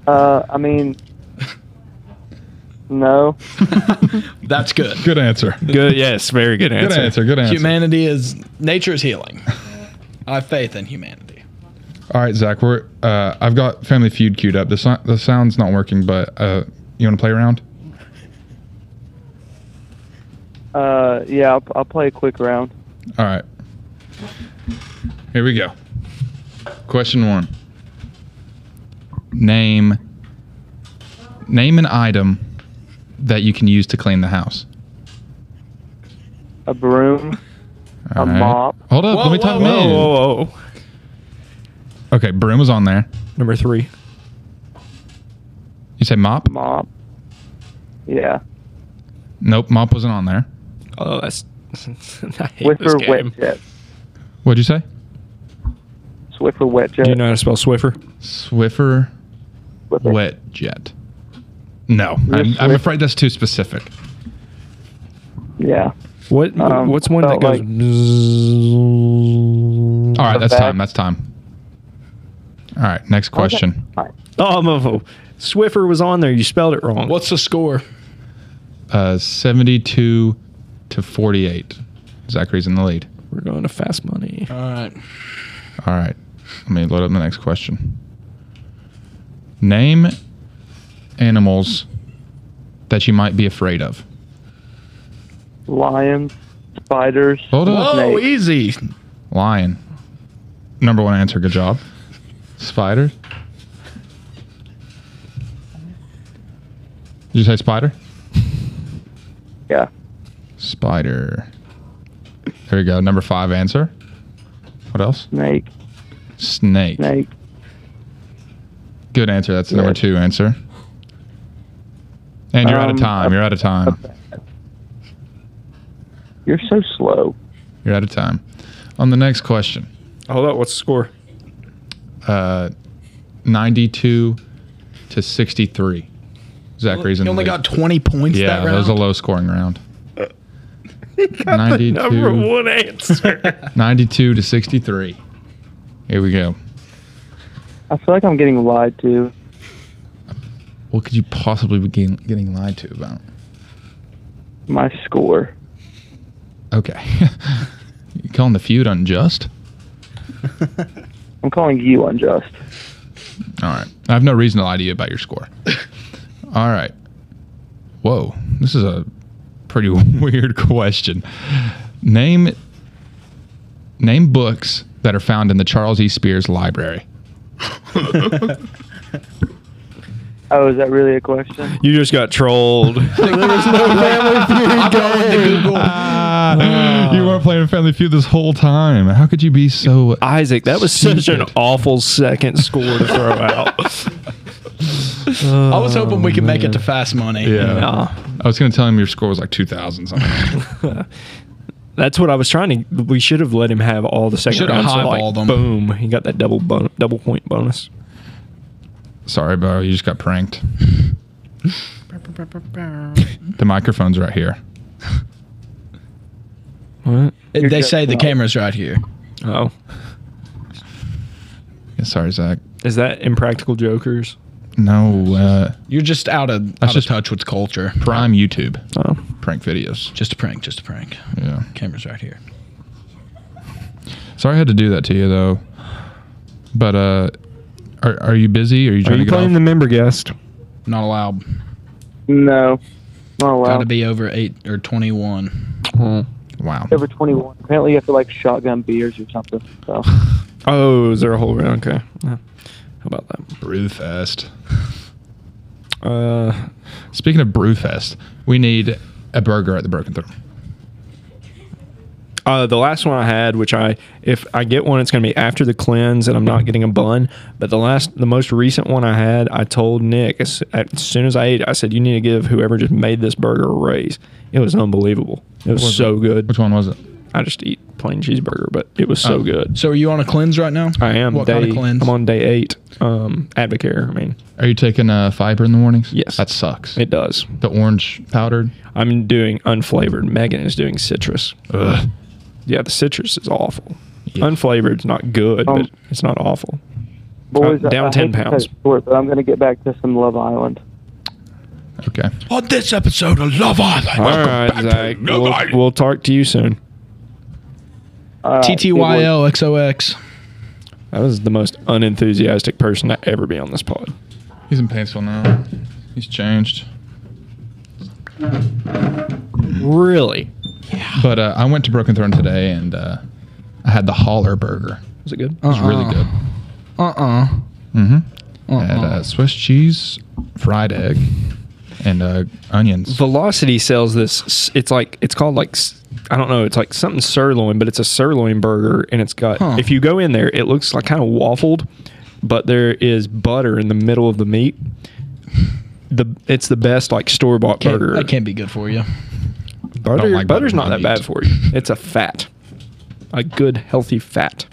H: Uh, I mean, no.
C: [LAUGHS] That's good.
F: Good answer.
D: [LAUGHS] Good. Yes. Very good
F: Good
D: answer.
F: answer. Good answer.
C: Humanity is nature is healing. I have faith in humanity.
F: All right, Zach. We're uh, I've got Family Feud queued up. The, so- the sound's not working, but uh, you want to play around?
H: Uh, yeah, I'll, I'll play a quick round.
F: All right. Here we go. Question one. Name. Name an item that you can use to clean the house.
H: A broom,
F: All
H: a mop.
F: Hold up.
C: Whoa,
F: let me type
C: whoa,
F: them
D: Whoa,
F: in.
D: whoa, whoa.
F: Okay, broom was on there.
D: Number three.
F: You say mop?
H: mop. Yeah,
F: Nope, mop wasn't on there.
D: Oh, that's. [LAUGHS] I hate this
H: Swiffer
D: game.
H: wet jet.
F: What'd you say?
H: Swiffer wet jet.
D: Do you know how to spell Swiffer?
F: Swiffer
H: Swiffer.
F: wet jet. No, I'm, I'm afraid that's too specific.
H: Yeah.
D: What?
H: Um,
D: what's one that
H: felt
D: goes?
H: like-
D: bzzz?
F: All right,
H: The
F: that's
H: back-
F: time. That's time. All right, next question.
H: Fine.
D: Oh, mofo. Swiffer was on there. You spelled it wrong.
C: What's the score?
F: Uh, 72 to 48. Zachary's in the lead.
D: We're going to fast money.
C: All right.
F: All right, let me load up the next question. Name animals that you might be afraid of.
H: Lions, spiders.
F: Hold up.
C: Whoa,
H: Nate.
C: Oh, easy.
F: Lion. Number one answer. Good job. Spider. Did you say spider?
H: Yeah.
F: Spider. There you go. Number five answer. What else?
H: Snake,
F: Snake.
H: snake.
F: Good answer. That's the number
H: Yes.
F: two answer. And you're out of
H: Um,
F: time. You're out of time.
H: You're so slow.
F: You're out of time. On the next question,
D: Hold up. What's the score?
F: uh, 92 to 63. Zachary's in
C: You
F: the
C: only
F: lead.
C: got 20 points
F: Yeah,
C: that round.
F: was a low scoring round. 92,
D: one answer. [LAUGHS]
F: 92 to 63. Here we go.
H: I feel like I'm getting lied to.
F: What could you possibly be getting, getting lied to about?
H: My score.
F: Okay. [LAUGHS] you calling the feud unjust?
H: I'm calling you unjust.
F: All right. I have no reason to lie to you about your [LAUGHS] score. All right. Whoa. This is a pretty [LAUGHS] weird question. Name name books that are found in the Charles E. Spears Library.
H: Oh, is that really a question?
F: [LAUGHS]
D: [LAUGHS] you just got trolled.
C: I got the Google.
F: you weren't playing Family Feud this whole time. How could you be so
D: Isaac, that was such an
F: Stupid.
D: awful second score to [LAUGHS] throw
F: [LAUGHS]
D: out.
C: I was hoping we could make it to fast money.
F: Yeah.
D: Nah. [LAUGHS]
F: I was going to tell him your score was like 2,000 something.
D: That's what I was trying to. We should have let him have all the second
C: Should've
D: rounds. so, like,
C: highballed 'em.
D: Boom! He got that double bon- double point bonus.
F: Sorry, bro. You just got pranked. the microphone's right here.
D: What?
C: It-
I: You're
C: they
I: just
C: say the
I: not-
C: camera's right here.
D: Oh,
F: Yeah, sorry, Zach.
D: is that impractical jokers?
F: No, uh,
C: You're just out of out
F: just-
C: of touch with culture.
F: Prime YouTube
D: Oh,
F: prank videos.
C: Just a prank. Just a prank.
F: Yeah.
C: Camera's right here.
F: Sorry I had to do that to you though. But uh, are are you busy? Or are you
D: are
F: trying
D: you
F: to get
D: playing
F: off?
D: the member guest?
C: Not allowed.
B: No. Oh, Not
C: Got to
B: allowed.
C: be over eight or twenty-one.
F: wow.
B: Over 21. Apparently, you have to like shotgun beers or something. So.
D: Oh, is there a whole round? Okay. Yeah. How about that?
F: Brewfest.
D: Uh,
F: Speaking of Brewfest, we need a burger at the Broken Throne.
D: Uh, the last one I had, which I if I get one, it's going to be after the cleanse, and I'm not getting a bun. But the last, the most recent one I had, I told Nick as, as soon as I ate, it, I said, "You need to give whoever just made this burger a raise." It was unbelievable. It was,
F: was
D: so good.
F: Which one was it?
D: I just eat plain cheeseburger, but it was so
F: Oh.
D: good.
C: So are you on a cleanse right now?
D: I am
C: What
D: day.
C: kind of cleanse?
D: I'm on day eight. Um, Advocare. I mean,
F: Are you taking uh, fiber in the mornings?
D: Yes.
F: That sucks.
D: it does.
F: the orange powdered.
D: I'm doing unflavored. Megan is doing citrus.
F: Ugh.
D: Yeah, the citrus is awful.
F: Yeah.
D: Unflavored is not good,
B: Um,
D: but it's not awful.
B: Boys,
D: down
B: I- I hate
D: 10
B: to cut it
D: pounds.
B: Short, but I'm going to get back to some Love Island.
F: Okay.
C: On this episode of Love Island.
D: All right, Zach. We'll, we'll talk to you soon.
B: Uh,
C: TTYL XOX.
D: That was the most unenthusiastic person to ever be on this pod.
F: He's in Paintsville now. He's changed.
D: Really?
F: But uh, I went to Broken Throne today and uh, I had the Holler burger.
D: Was it good?
F: It was really
D: Ah.
F: good.
C: Uh uh.
F: Mm-hmm. Had uh, Swiss cheese, fried egg, and uh, onions.
D: Velocity sells this. s- It's like it's called like s- I don't know. It's like something sirloin, but it's a sirloin burger, and it's got.
C: Huh.
D: If you go in there, it looks like kind of waffled, but there is butter in the middle of the meat. The it's the best like store bought
C: Can't,
D: burger. Mm-hmm.
C: that can't be good for you.
D: butter,
F: like butter
D: butter's
F: in
D: not
F: my
D: that
F: meat.
D: bad for you. It's a fat, a good healthy fat.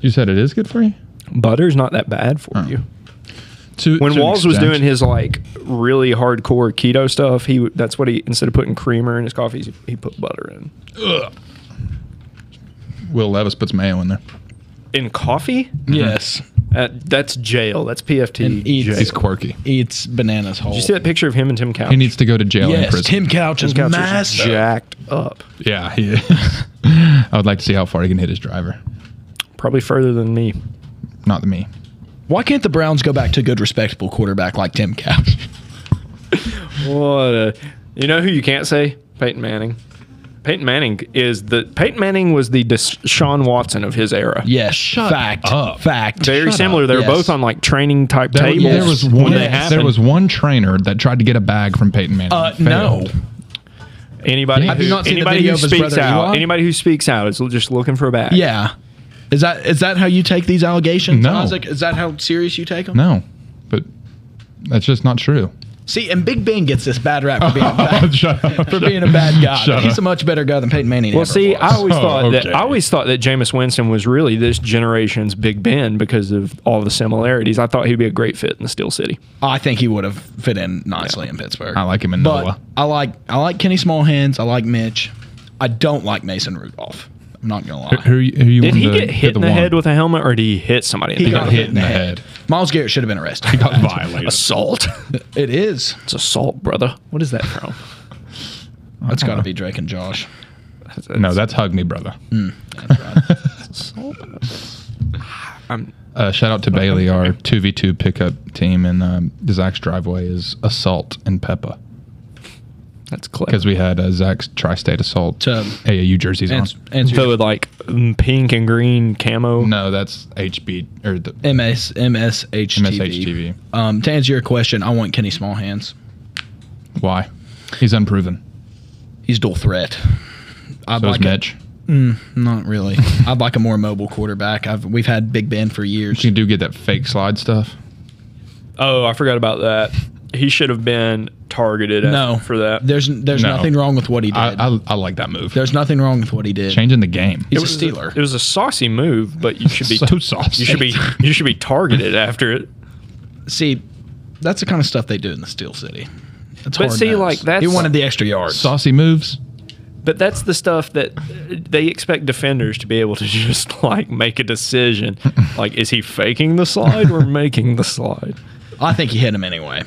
F: you said it is good for you?
D: Butter's not that bad for
F: Oh.
D: you.
F: To,
D: when
F: to an
D: Walls was
F: extent.
D: doing his like really hardcore keto stuff, he w- that's what he instead of putting creamer in his coffee, he- he put butter in.
F: Will Levis puts mayo in there.
D: In coffee?
C: Yes.
D: Uh, that's jail. That's PFT.
C: And eats-
D: jail.
F: He's quirky.
C: Eats bananas whole.
D: Did you see that picture of him and Tim Couch?
F: He needs to go to jail and
C: Yes.
F: prison.
C: Tim Couch is
D: Couch is
C: massive.
D: jacked up,
F: Yeah, he is. [LAUGHS] I would like to see how far he can hit his driver.
D: probably further than me.
F: Not me.
C: Why can't the Browns go back to a good, respectable quarterback like Tim Couch? [LAUGHS]
D: What? A, you know who you can't say? Peyton Manning. Peyton Manning is the Peyton Manning was the Deshaun Watson of his era.
C: Yes. fact.
F: up.
C: Fact.
D: Very similar. They were
C: Yes.
D: both on like training type
F: There,
D: tables.
F: there was
D: when
F: one.
D: they happened.
F: There was one trainer that tried to get a bag from Peyton Manning.
C: Uh, no.
F: Failed.
D: Anybody
F: Yeah. I've
D: who,
F: not
C: seen the
D: anybody
C: video
D: who
C: of his
D: speaks
C: brother
D: out,
C: Eli.
D: anybody who speaks out is just looking for a bag.
C: Yeah. Is that is that how you take these allegations,
F: No.
C: Isaac? Is that how serious you take them?
F: No, but that's just not true.
C: See, and Big Ben gets this bad rap for being a
D: [LAUGHS]
F: [LAUGHS]
C: bad,
F: Shut up.
C: for being a bad guy.
F: Shut
C: but He's
F: up.
C: a much better guy than Peyton Manning.
D: Well,
C: ever
D: see,
C: was.
D: I always
F: [LAUGHS] Oh,
D: thought that
F: okay.
D: I always thought that Jameis Winston was really this generation's Big Ben because of all the similarities. I thought he'd be a great fit in the Steel City.
C: I think he would have fit in nicely in Pittsburgh.
F: I like him in
C: but
F: Noah.
C: I like I like Kenny Smallhands. I like Mitch. I don't like Mason Rudolph. I'm not gonna lie.
F: Who are you, who you
D: Did
F: want
D: he
F: to
D: get hit in the
F: one?
D: head with a helmet, or did he hit somebody? in
C: He
D: the
F: got
D: head?
F: hit in the head.
C: Miles Garrett should have been arrested.
D: [LAUGHS]
F: He got violated.
D: assault.
C: [LAUGHS]
F: [LAUGHS]
C: It is.
D: it's assault, brother. What is that from?
C: That's got to be Hmm. Drake and Josh.
F: No, that's hug me, brother.
D: Hmm. I'm,
F: [LAUGHS] Uh, shout out to Bailey, our two v two pickup team, and um, Zach's driveway is assault and Peppa
D: that's
F: because
D: clever.
F: we had uh, Zach's tri-state assault
C: To-
F: AAU jerseys on.
C: Ans- answer
D: So
C: your-
D: with like mm, pink and green camo.
F: No, that's HB or the
C: MS MSHTV.
F: MSHTV.
C: Um, to answer your question, I want Kenny Smallhands.
F: Why? He's unproven.
C: He's dual threat. I'd
F: So is
C: like a-
F: Mitch.
C: Mm,
F: [LAUGHS]
C: not really. I'd like a more mobile quarterback. I've we've had Big Ben for years.
F: You do get that fake slide stuff.
D: Oh, I forgot about that. He should have been targeted at-
C: No.
D: for that.
C: There's there's
F: No.
C: nothing wrong with what he did.
F: I, I, I like that move.
C: there's nothing wrong with what he did.
F: Changing the game.
C: He's
D: it was
C: a stealer.
D: it was a saucy move, but you should
F: [LAUGHS]
D: be
F: so [LAUGHS] saucy.
D: you should be you should be targeted after it.
C: see, that's the kind of stuff they do in the Steel City. That's
D: But see,
C: hard-nosed.
D: like, that's-
C: he wanted the extra yards.
F: saucy moves.
D: But that's the stuff that uh, they expect defenders to be able to [LAUGHS] just like make a
C: [LAUGHS]
D: decision. like, is he faking the slide or making the slide?
C: I think he hit him anyway.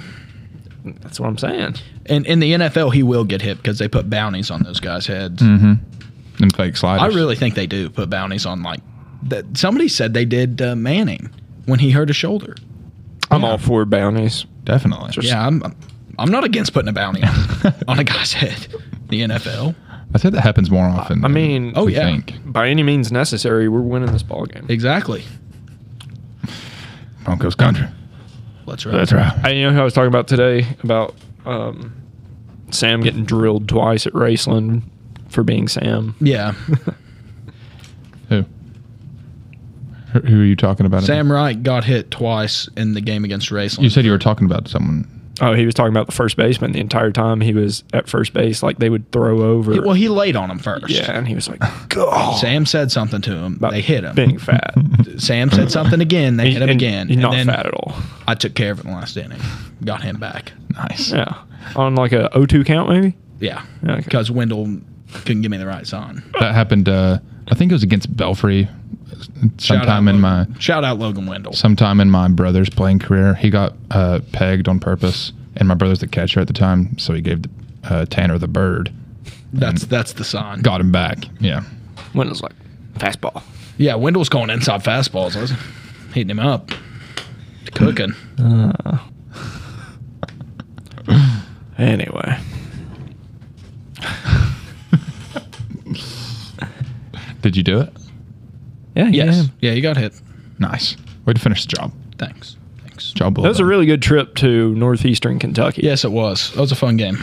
D: That's what I'm saying.
C: And in the NFL, he will get hit because they put bounties on those guys' heads.
F: Them Mm-hmm. fake sliders.
C: I really think they do put bounties on like that. Somebody said they did uh, Manning when he hurt his shoulder.
D: I'm all for bounties.
F: definitely.
C: Yeah, I'm. I'm not against putting a bounty on, on a guy's head. The NFL.
F: I think that happens more often.
D: I
F: than
D: mean,
C: Oh
F: we
C: yeah,
F: think.
D: by any means necessary, we're winning this ball game.
C: exactly.
F: Broncos country.
C: Let's right.
F: That's right.
D: I, you know who I was talking about today about um, Sam getting drilled twice at Raceland for being Sam.
C: Yeah,
F: Who? Who- Who are you talking about?
C: Sam Wright got hit twice in the game against Raceland.
F: You said you were talking about someone.
D: [LAUGHS] Oh, he was talking about the first baseman the entire time he was at first base. Like they would throw over.
C: He- well, he laid on him first.
D: yeah, and he was like, "God."
C: [LAUGHS] Sam said something to him.
D: about
C: They hit him. [LAUGHS]
D: Being fat.
C: [LAUGHS] Sam
F: [LAUGHS]
C: said something again. They hit
D: And
C: him again.
D: He's
C: And
D: not
C: then
D: fat at all.
C: I took care of it in the last inning. Got him back.
F: Nice.
D: Yeah. On like a 0-2 count, maybe?
C: Yeah,
D: Okay.
C: because Wendell couldn't give me the right sign.
F: That happened. Uh, I think it was against Belfry. Sometime in my
C: Shout out Logan Wendell.
F: sometime in my brother's playing career, he got uh, pegged on purpose, and my brother's the catcher at the time, so he gave uh, Tanner the bird,
C: That's that's the sign.
F: got him back. Yeah,
D: When it was like, fastball.
C: Yeah, Wendell's going inside fastballs. I was hitting him up, cooking.
D: Anyway.
F: did you do it?
D: Yeah,
C: Yes. Yeah, you got hit.
F: Nice. Way to finish the job.
C: Thanks. Thanks.
F: Job well
D: That was a
F: done.
D: really good trip to northeastern Kentucky.
C: Yes, it was. That was a fun game.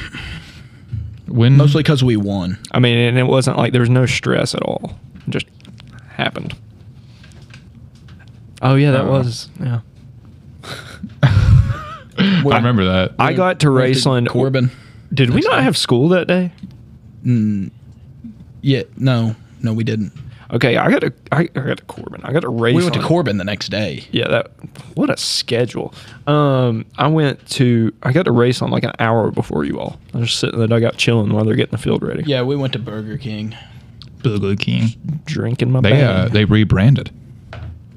F: when
C: Mostly because we won.
D: I mean, and it wasn't like there was no stress at all. It just happened. Oh, yeah, that
F: Uh,
D: was. Yeah.
F: [LAUGHS] I remember that.
D: I got to Raceland.
C: Corbin.
D: Did we
C: That's
D: not
C: fine.
D: have school that day?
C: Yeah. No. No, we didn't.
D: Okay, I got to I, I got to Corbin. I got to Raceland.
C: We went to Corbin the next day.
D: Yeah, that what a schedule. Um, I went to I got to race on like an hour before you all. I was just sitting in the dugout chilling while they're getting the field ready.
C: Yeah, we went to Burger King.
F: Burger King.
D: drinking my
F: They
D: bang.
F: uh, they rebranded.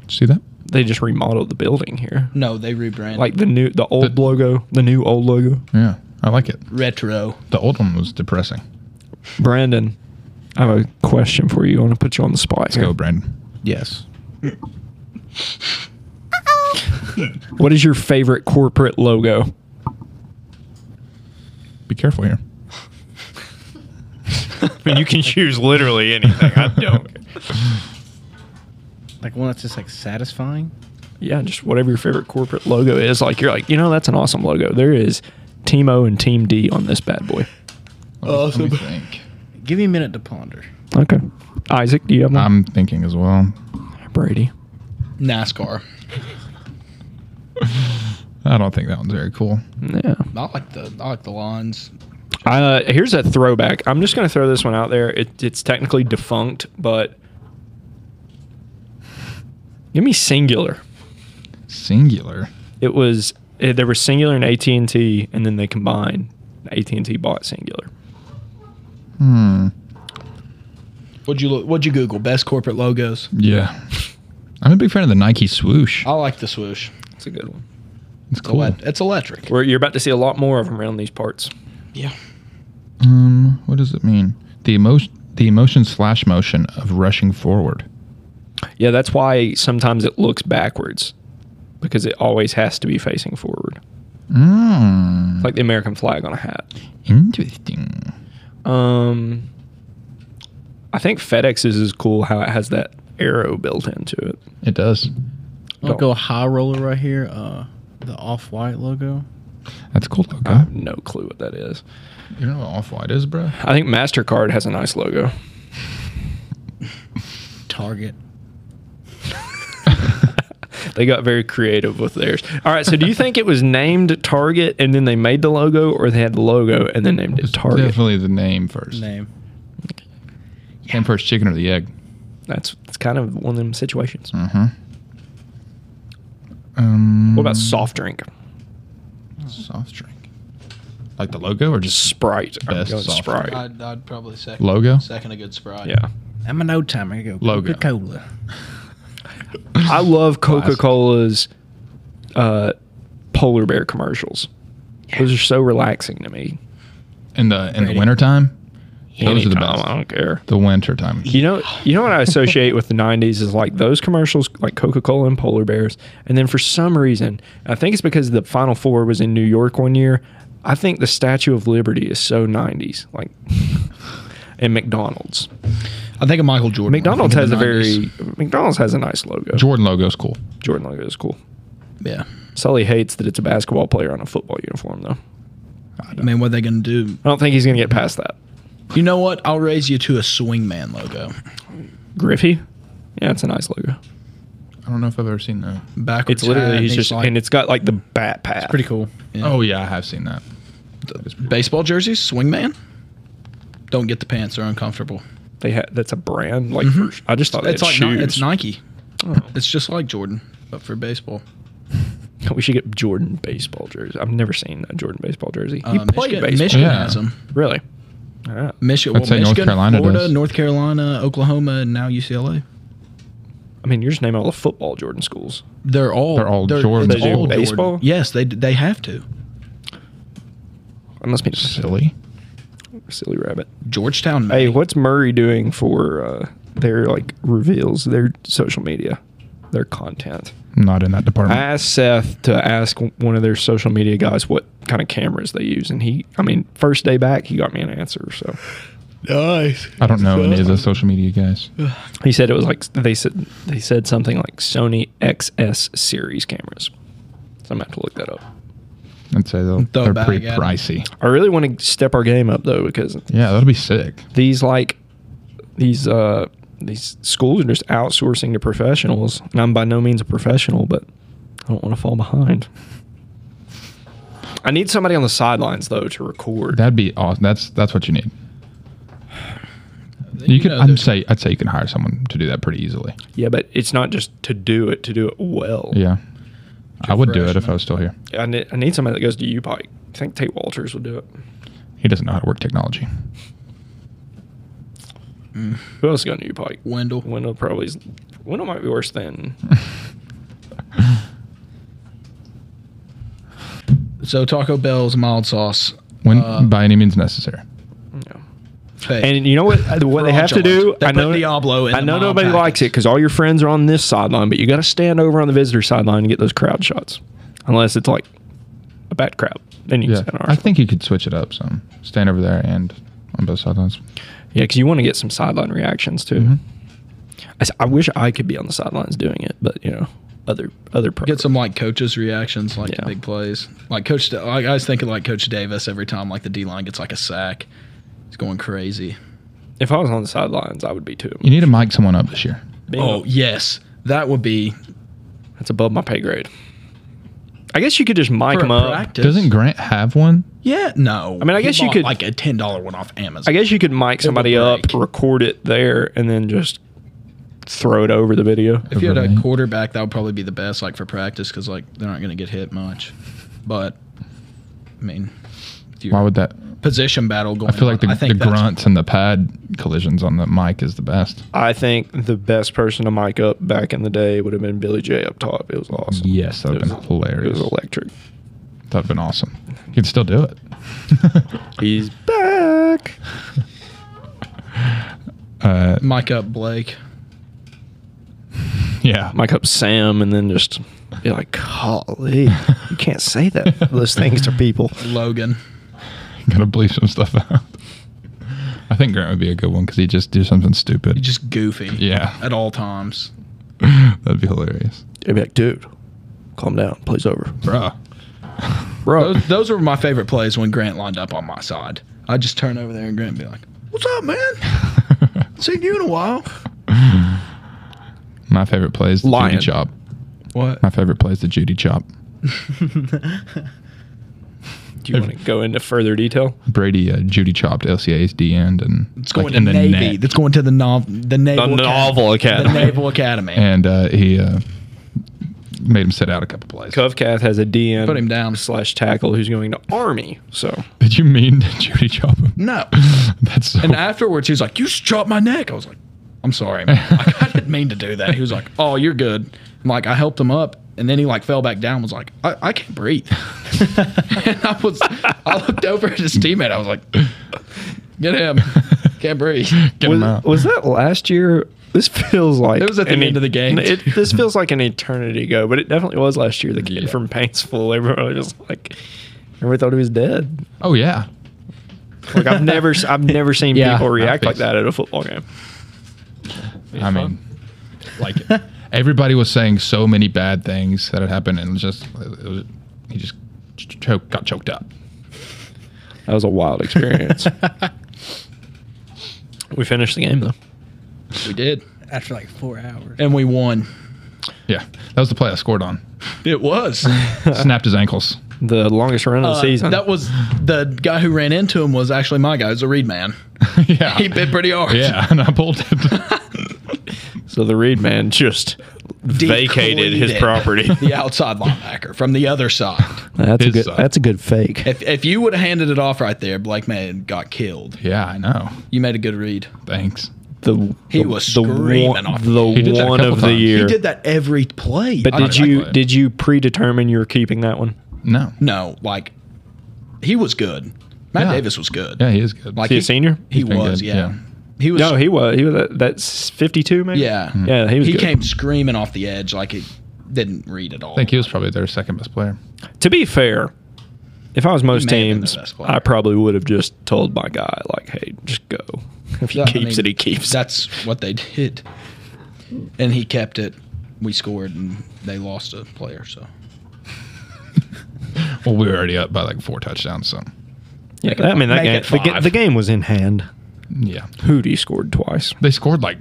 F: See that?
D: They just remodeled the building here,
C: No, they rebranded.
D: like the new the old
F: The-
D: logo, the new old logo.
F: Yeah, I like it.
C: retro.
F: The old one was depressing.
D: Brandon, I have a question for you. I want to put you on the spot.
F: Let's go, Brandon.
C: Yes.
D: What is your favorite corporate logo?
F: Be careful
D: [LAUGHS]
F: here.
D: you can [LAUGHS] choose literally anything. I [LAUGHS] don't.
K: Like one that's just like satisfying.
D: Yeah, just whatever your favorite corporate logo is. Like you're like, you know, that's an awesome logo. There is Team O and Team D on this bad boy.
F: Awesome. Let me think.
K: Give me a minute to ponder.
D: Okay. Isaac, do you have one?
F: I'm thinking as well.
D: Brady.
C: [LAUGHS] NASCAR.
F: I don't think that one's very cool.
D: Yeah.
C: I like the I like the lines.
D: Uh, here's a throwback. I'm just going to throw this one out there. It, it's technically defunct, but give me singular.
F: Singular.
D: It was eh, there were singular and AT and T, and then they combined. AT and T bought singular.
F: Hmm.
C: What'd you look, What'd you Google? Best corporate logos.
F: Yeah. I'm a big fan of the Nike swoosh.
C: I like the swoosh.
D: That's a good one.
F: It's
C: It's,
F: cool.
C: ele- it's electric.
D: Where you're about to see a lot more of them around these parts.
C: Yeah.
F: Um, what does it mean? The emotion, the emotion slash motion of rushing forward.
D: Yeah, that's why sometimes it looks backwards because it always has to be facing forward,
F: Mm,
D: like the American flag on a hat.
F: interesting.
D: Um, I think FedEx's is cool how it has that arrow built into it.
F: It does.
K: I'll
D: Don't-
K: go high roller right here. Uh, the off white logo.
F: That's cool logo.
D: I have no clue what that is.
F: You know what off white is,
D: [LAUGHS]
F: bro?
D: I think Mastercard has a nice logo. [LAUGHS]
K: Target.
D: They got very creative with theirs. All right, so do you think it was named Target and then they made the logo, or they had the logo and then named it Target?
F: Definitely the name first.
K: Name.
F: Came first, chicken or the egg?
D: That's it's kind of one of them situations.
F: Mm-hmm. Um,
D: What about soft drink?
F: soft drink? Like the logo or just
D: Sprite. I'm
F: Best
D: going
F: soft
D: Sprite.
C: I'd, I'd probably second
F: Logo?
C: Second a good sprite.
D: Yeah.
K: I'm an old timer. I go
F: Logo.
K: Coca Cola.
D: I love
C: [LAUGHS]
D: Coca Cola's uh, polar bear commercials. Those are so relaxing to me.
F: in the in the wintertime? Those are the
D: Anytime,
F: best.
D: I don't care.
F: The wintertime.
D: You know, you know what I associate with the '90s is like those commercials, like Coca-Cola and polar bears. And then for some reason, I think it's because the Final Four was in New York one year. I think the Statue of Liberty is so '90s, like, [LAUGHS] and McDonald's.
C: I think of Michael Jordan.
D: McDonald's
C: I
D: has
C: think
D: a
C: of the 90s.
D: very McDonald's has a nice logo.
F: Jordan logo's cool.
D: Jordan logo is cool.
C: yeah.
D: Sully hates that it's a basketball player on a football uniform, though.
C: I mean, what are they gonna do?
D: I don't think he's gonna get past that.
C: You know what? I'll raise you to a swingman logo.
D: Griffey, yeah, it's a nice logo.
F: I don't know if I've ever seen that.
C: Backwards.
D: It's literally
C: hat,
D: he's
C: and
D: just
C: like-
D: and it's got like the bat path.
C: pretty cool. Yeah.
F: Oh yeah, I have seen that. That is pretty
C: baseball jerseys, swingman. Don't get the pants; they're uncomfortable.
D: They ha- that's a brand like
C: Mhm.
D: for, I just thought
C: it's
D: it's
C: like
D: shoes.
C: Ni- it's Nike. It's just like Jordan, but for baseball.
D: We should get Jordan baseball jersey. I've never seen a Jordan baseball jersey. He
C: Uh,
D: played
C: Michigan,
D: baseball.
C: Michigan
F: Yeah.
C: has them.
D: Really? All right.
C: Michigan,
F: I'd
C: well,
F: say North
C: Michigan,
F: Carolina
C: Florida,
F: does.
C: North Carolina, Oklahoma, and now UCLA.
D: I mean, you're just naming all the football Jordan schools.
C: They're all
F: They're all
C: it's
F: Jordan.
D: They do
C: all Jordan.
D: baseball?
C: Yes, they d- they have to.
D: I must be just
F: silly.
D: a silly rabbit.
C: Georgetown.
D: Hey,
C: May.
D: what's Murray doing for uh, their like reveals, their social media, their content?
F: Not in that
D: I
F: department.
D: asked Seth to ask one of their social media guys what kind of cameras they use, and he, I mean, first day back, he got me an answer. So
C: nice.
F: I don't know any of the social media
C: [SIGHS]
F: guys.
D: he said it was like they said they said something like Sony XS series cameras. So I'm gonna have to look that up.
F: I'd say they'll,
C: Throw
F: they're
C: back
F: pretty
C: at 'em.
F: pricey.
D: I really want to step our game up though because
F: Yeah, that'll be sick.
D: these like these uh these schools are just outsourcing to professionals, and I'm by no means a professional, but I don't want to fall behind. I need somebody on the sidelines though to record.
F: That'd be awesome. That's that's what you need. You, could.
C: know
F: I'd
C: there's-
F: say I'd say you can hire someone to do that pretty easily.
D: Yeah, but it's not just to do it, to do it well.
F: Yeah, I would do it if
C: freshman.
F: I was still here.
D: I need, I need somebody that goes to U Pike. I think Tate Walters would do it.
F: He doesn't know how to work technology. [LAUGHS]
D: Who else is going to U Pike?
C: Wendell.
D: Wendell probably is. Wendell might be worse than.
C: So Taco Bell's mild sauce.
F: When
C: Uh,
F: by any means necessary.
C: fake.
D: And you know what? uh, What they have to do?
C: Fraudulent. They
D: I
C: put
D: know
C: Diablo in
D: I
C: the
D: know
C: mild
D: nobody
C: package.
D: likes it because all your friends are on this sideline, but you got to stand over on the visitor sideline and get those crowd shots. Unless it's like a bad crowd, then you
F: Yeah,
D: can stand
F: I
D: ours.
F: think you could switch it up some. Stand over there and on both sidelines.
D: Yeah, because you want to get some sideline reactions too.
F: Mhm.
D: I s I I wish I could be on the sidelines doing it, but you know, other other
C: Get
D: programs.
C: some like coaches' reactions, like to
D: Yeah.
C: big plays. Like Coach, Da- like, I always think of like Coach Davis every time like the D line gets like a sack. He's going crazy.
D: If I was on the sidelines, I would be too.
F: You need to mic someone up this year.
D: Being
C: Oh yes, that would be
D: That's above my pay grade. I guess you could just mic
C: for
D: them
C: a
D: up.
C: practice.
F: Doesn't Grant have one?
C: Yeah, no.
D: I mean, I
C: He
D: guess you
C: bought,
D: could-
C: like a ten dollar one off
D: I
C: Amazon.
D: guess you could mic somebody up,
C: break.
D: record it there, and then just throw it over the video.
C: if you had a
F: Right.
C: quarterback, that would probably be the best, like for practice, because like they're not going to get hit much. But I mean, if you-
F: Why would that?
C: position battle going?
F: I feel like
C: on,
F: the,
C: I think
F: the
C: that's-
F: grunts and the pad collisions on the mic is the best.
D: I think the best person to mic up back in the day would have been Billy J up top. It was awesome.
F: Yes, that would
D: It
F: have
D: was-
F: been
D: It
F: hilarious.
D: was electric.
F: That would have been awesome. You could still
C: [LAUGHS]
F: do it.
D: He's back.
F: Uh,
C: Mike up Blake.
F: yeah.
D: Mic up Sam, and then just be like, "Golly, you can't say that those things to people."
C: Logan.
F: [LAUGHS] Gotta bleep some stuff out. I think Grant would be a good one because he'd just do something stupid.
C: He's just goofy.
F: yeah,
C: At all times.
F: that'd be hilarious,
D: They'd be like, "Dude, calm down. Play's over."
F: bruh.
D: Bro.
C: Those, those were my favorite plays when Grant lined up on my side. I'd just turn over there and Grant would be like, What's up, man? Seen you in a while.
F: [LAUGHS] My favorite play is the
D: Lion.
F: Judy Chop.
C: What?
F: My favorite play is the Judy Chop.
D: Do you want to go into further detail?
F: Brady uh, Judy chopped LCA's D end and
C: It's going
F: like,
C: to
F: in the
C: Navy.
F: net.
C: That's going to the, nov- the
D: The
C: Naval
D: Naval Academy.
C: The Naval Academy.
F: and uh, he uh, made him sit out a couple plays.
D: Kovcath has a DN
C: Put him down.
D: slash tackle who's going to Army. So
F: Did you mean [LAUGHS] to Judy chop him?
C: No.
F: [LAUGHS] That's so, [LAUGHS]
C: And afterwards, he was like, "You just chopped my neck." I was like, "I'm sorry, man. Like, I didn't mean to do that." He was like, "Oh, you're good." I'm like, I helped him up, and then he like fell back down. and Was like, "I, I can't breathe." [LAUGHS] and I was, I looked over at his teammate. I was like, "Get him, can't breathe."
F: get him
D: was,
F: out.
D: was that last year? This feels like
C: It was at the
D: an e-
C: end of the game.
D: It, this feels like an eternity ago, but it definitely was last year. The kid from Paintsville, everybody was like, everybody thought he was dead.
F: oh yeah,
D: Like I've never, s- I've never seen
C: Yeah.
D: people react like
F: Nice.
D: that at a football game.
F: I mean, like everybody was saying so many bad things that had happened, and it was just it was, he just ch- choke, got choked up.
D: That was a wild
C: [LAUGHS]
D: experience. we finished the game though.
C: We did,
K: After like four hours.
C: and we won.
F: Yeah, that was the play I scored
C: [LAUGHS]
F: on.
C: It [LAUGHS] was.
F: Snapped his ankles. [LAUGHS]
D: The longest run of the
C: Uh,
D: season.
C: that was the guy who ran into him was actually my guy. It was a reed man.
F: yeah,
C: He bit pretty
F: [LAUGHS]
C: hard.
F: yeah, and I bolted.
D: so the Reed man just vacated his
C: Decleated
D: property.
C: The outside linebacker from the other side.
D: That's
F: His side.
D: a good fake.
C: If, if you would have handed it off right there, Blake May got killed.
F: [LAUGHS] yeah, I know.
C: You made a good read.
F: Thanks.
D: The
C: He
D: the-
C: was
D: the
C: screaming
D: one,
C: off.
D: the
F: He did that a
D: one
F: couple
D: of the
F: times. He
D: year.
C: He did that every play.
D: But
C: I
D: did
C: don't-
D: you
F: play.
D: did you predetermine you're keeping that one?
F: No.
C: No, like he was good. Matt
F: Yeah.
C: Davis was good.
F: Yeah, he is good.
D: Is
C: Like
D: he a
C: he,
D: senior?
C: he
F: He's been
C: was,
F: good,
C: yeah.
F: yeah.
C: He was.
D: No, he was. He was. At, that's 52, maybe.
C: Yeah.
D: Yeah, he was.
C: He
D: good.
C: came screaming off the edge like he didn't read at all.
F: I think he was probably their second best player.
D: To be fair, if I was most
C: may have been
D: teams,
C: their best player.
D: I probably would have just told my guy like, "Hey, just go. [LAUGHS] If he
C: Yeah, I
D: keeps
C: mean,
D: it, he keeps it."
C: That's what they did. And he kept it. We scored and they lost a player. So
F: Well, we were already up by like four touchdowns, so
D: Yeah, I mean that
C: make
D: game.
C: it
D: The, ga-
C: five.
D: the game was in hand.
F: yeah.
D: Hootie scored twice.
F: They scored like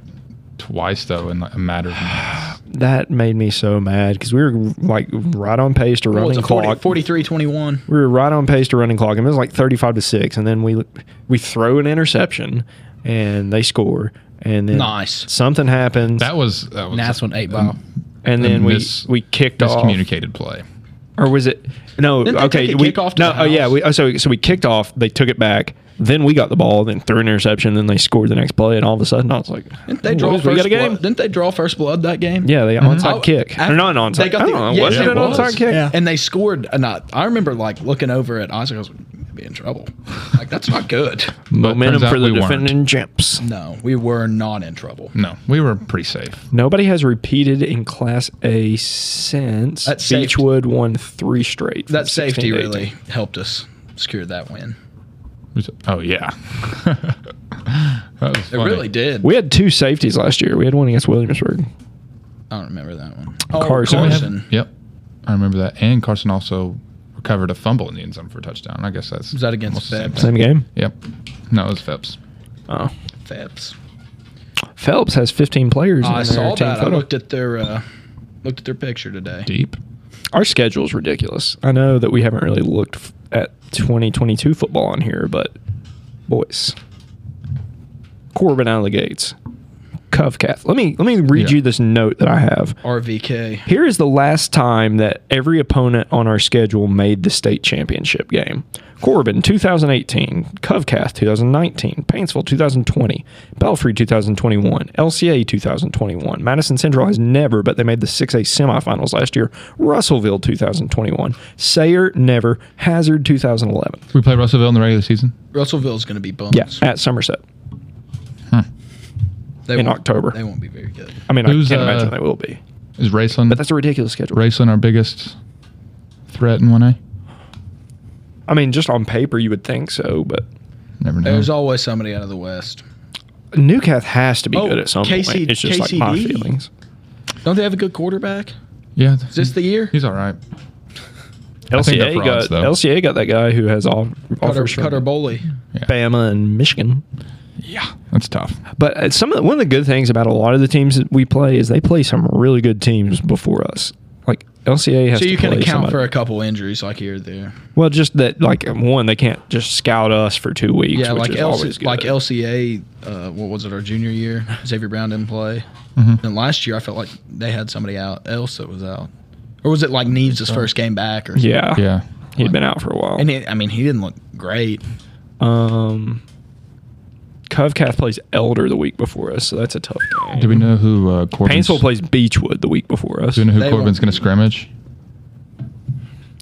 F: twice though in like a matter of minutes.
D: That made me so mad because we were like right on pace to
C: well,
D: running
C: it's a
D: clock.
C: 40, 43 21.
D: we were right on pace to running clock, and it was like thirty-five to six. And then we we throw an interception, and they score. And then
C: Nice.
D: something happens,
F: That was that was
K: Nice one, eight ball.
D: and then
F: a
D: we
F: mis-
D: we kicked off.
F: miscommunicated play.
D: Or was it no?
C: Didn't they
D: okay,
C: take a
D: we
C: kickoff to
D: no.
C: the
D: Oh yeah,
C: house?
D: we oh, so so we kicked off. They took it back. Then we got the ball. Then threw an interception. Then they scored the next play. And all of a sudden, I was like,
C: Didn't they draw
D: "Boys,
C: first
D: we got a game.
C: blood? Didn't they draw first blood that game?
D: Yeah, they onside
C: Oh,
D: kick.
C: after-
D: Or not an onside.
C: They got
D: I
C: the,
D: don't know.
C: yeah,
D: was it
C: it
D: an
C: was.
D: onside kick?
K: Yeah.
C: And they scored. And I, I remember like looking over at Isaac. I was like, maybe in trouble. Like that's not good.
D: Momentum
F: turns out
D: for the
F: we weren't.
D: defending champs.
C: No, we were not in trouble.
F: [LAUGHS] No, we were pretty safe.
D: Nobody has repeated in Class A since
C: That's safe.
D: Beachwood won three straight. from
C: That
D: 16
C: safety
D: to
C: really
D: 18.
C: helped us secure that win.
F: We said, Oh yeah, [LAUGHS] that was
C: It
F: funny.
C: really did.
D: We had two safeties last year. We had one against Williamsburg.
C: I don't remember that one. Oh,
D: Carson.
F: Didn't we have-
C: Carson.
F: Yep, I remember that. And Carson also recovered a fumble in the end zone for a touchdown. I guess that's
C: Was that against
F: almost the same
C: Feb?
F: thing.
D: Same game.
F: Yep, no, it was Phipps.
D: Oh.
C: Phelps.
D: Phelps has 15 players. in
C: Oh, I
D: their
C: saw
D: team
C: that. I
D: photo.
C: looked at their uh, looked at their picture today.
F: Deep.
D: Our schedule is ridiculous. I know that we haven't really looked f- at 2022 football on here, but boys, Corbin out of the gates, Covcath. Let me let me read
F: Yeah.
D: you this note that I have.
C: RVK.
D: Here is the last time that every opponent on our schedule made the state championship game. Corbin 2018, Covcath 2019, Paintsville 2020, Belfry 2021, LCA 2021. Madison Central has never, but they made the 6A semifinals last year. Russellville 2021, Sayer never, Hazard 2011.
F: We played Russellville in the regular season.
C: Russellville's going to be bums.
D: Yeah, at Somerset
C: They
D: in
C: won't-
D: October.
C: They won't be very good.
D: I mean,
F: Who's,
D: I can't
F: uh,
D: imagine they will be,
F: Is Raceland?
D: but that's a ridiculous schedule.
F: Raceland our biggest threat in one A?
D: I mean, just on paper, you would think so, but.
F: Never know.
C: There's always somebody out of the West.
D: Newcath has to be
C: Oh,
D: good at some
C: KC
D: point. It's just like my
C: KCD.
D: feelings.
C: Don't they have a good quarterback?
F: yeah,
C: Is this the year?
F: He's all right. I think they're
D: LCA
F: frauds,
D: got
F: though.
D: LCA got that guy who has all
C: Cutter,
D: offers from
C: Cutter Bowley.
D: Bama and Michigan.
F: Yeah, that's tough.
D: But uh, some of the, one of the good things about a lot of the teams that we play is they play some really good teams before us. Like LCA has.
C: So
D: to
C: you can
D: play
C: account
D: somebody-
C: for a couple injuries like here or there.
D: Well, just that like one they can't just scout us for two weeks.
C: Yeah,
D: which
C: like
D: is always
C: LC,
D: good.
C: like LCA. Uh, what was it? Our junior year, Xavier Brown didn't play.
F: Mhm.
C: And last year, I felt like they had somebody out else that was out, or was it like Neves' first game back? Or
D: yeah,
F: Yeah.
D: he'd been out for a while.
C: And he, I mean, he didn't look great.
D: Um, Covcath plays Elder the week before us, so that's a tough game.
F: Do we know who uh, Corbin's?
D: Painesville plays Beechwood the week before us.
F: Do we know who
C: They
F: Corbin's
C: won't-
F: going to scrimmage?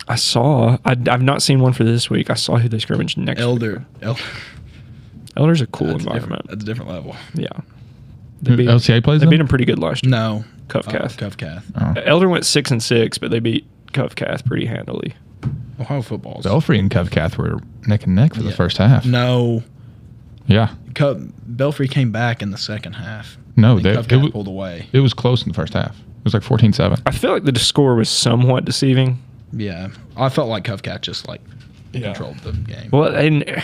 D: I saw. I, I've not seen one for this week. I saw who they scrimmage next. week.
C: Elder, [LAUGHS] Elder,
D: Elder's a cool
C: that's a
D: environment.
C: different, that's a different level.
D: Yeah,
F: Who
D: beat-
F: LCA plays
D: they
F: them?
D: beat him pretty good last year.
C: No,
D: Covcath.
C: Uh, Covcath.
F: Oh.
D: Elder went six and six, but they beat Covcath pretty handily.
C: Ohio football's
F: Belfry and Covcath were neck and neck for the
C: Yeah.
F: first half.
C: No,
F: Yeah.
C: Cov Belfry came back in the second half.
F: No,
C: And
F: they-
C: Covcath
F: it w-
C: pulled away.
F: It was close in the first half. It was like 14 7.
D: I feel like the score was somewhat deceiving.
C: Yeah, I felt like Covcath just like controlled the game.
D: Well, and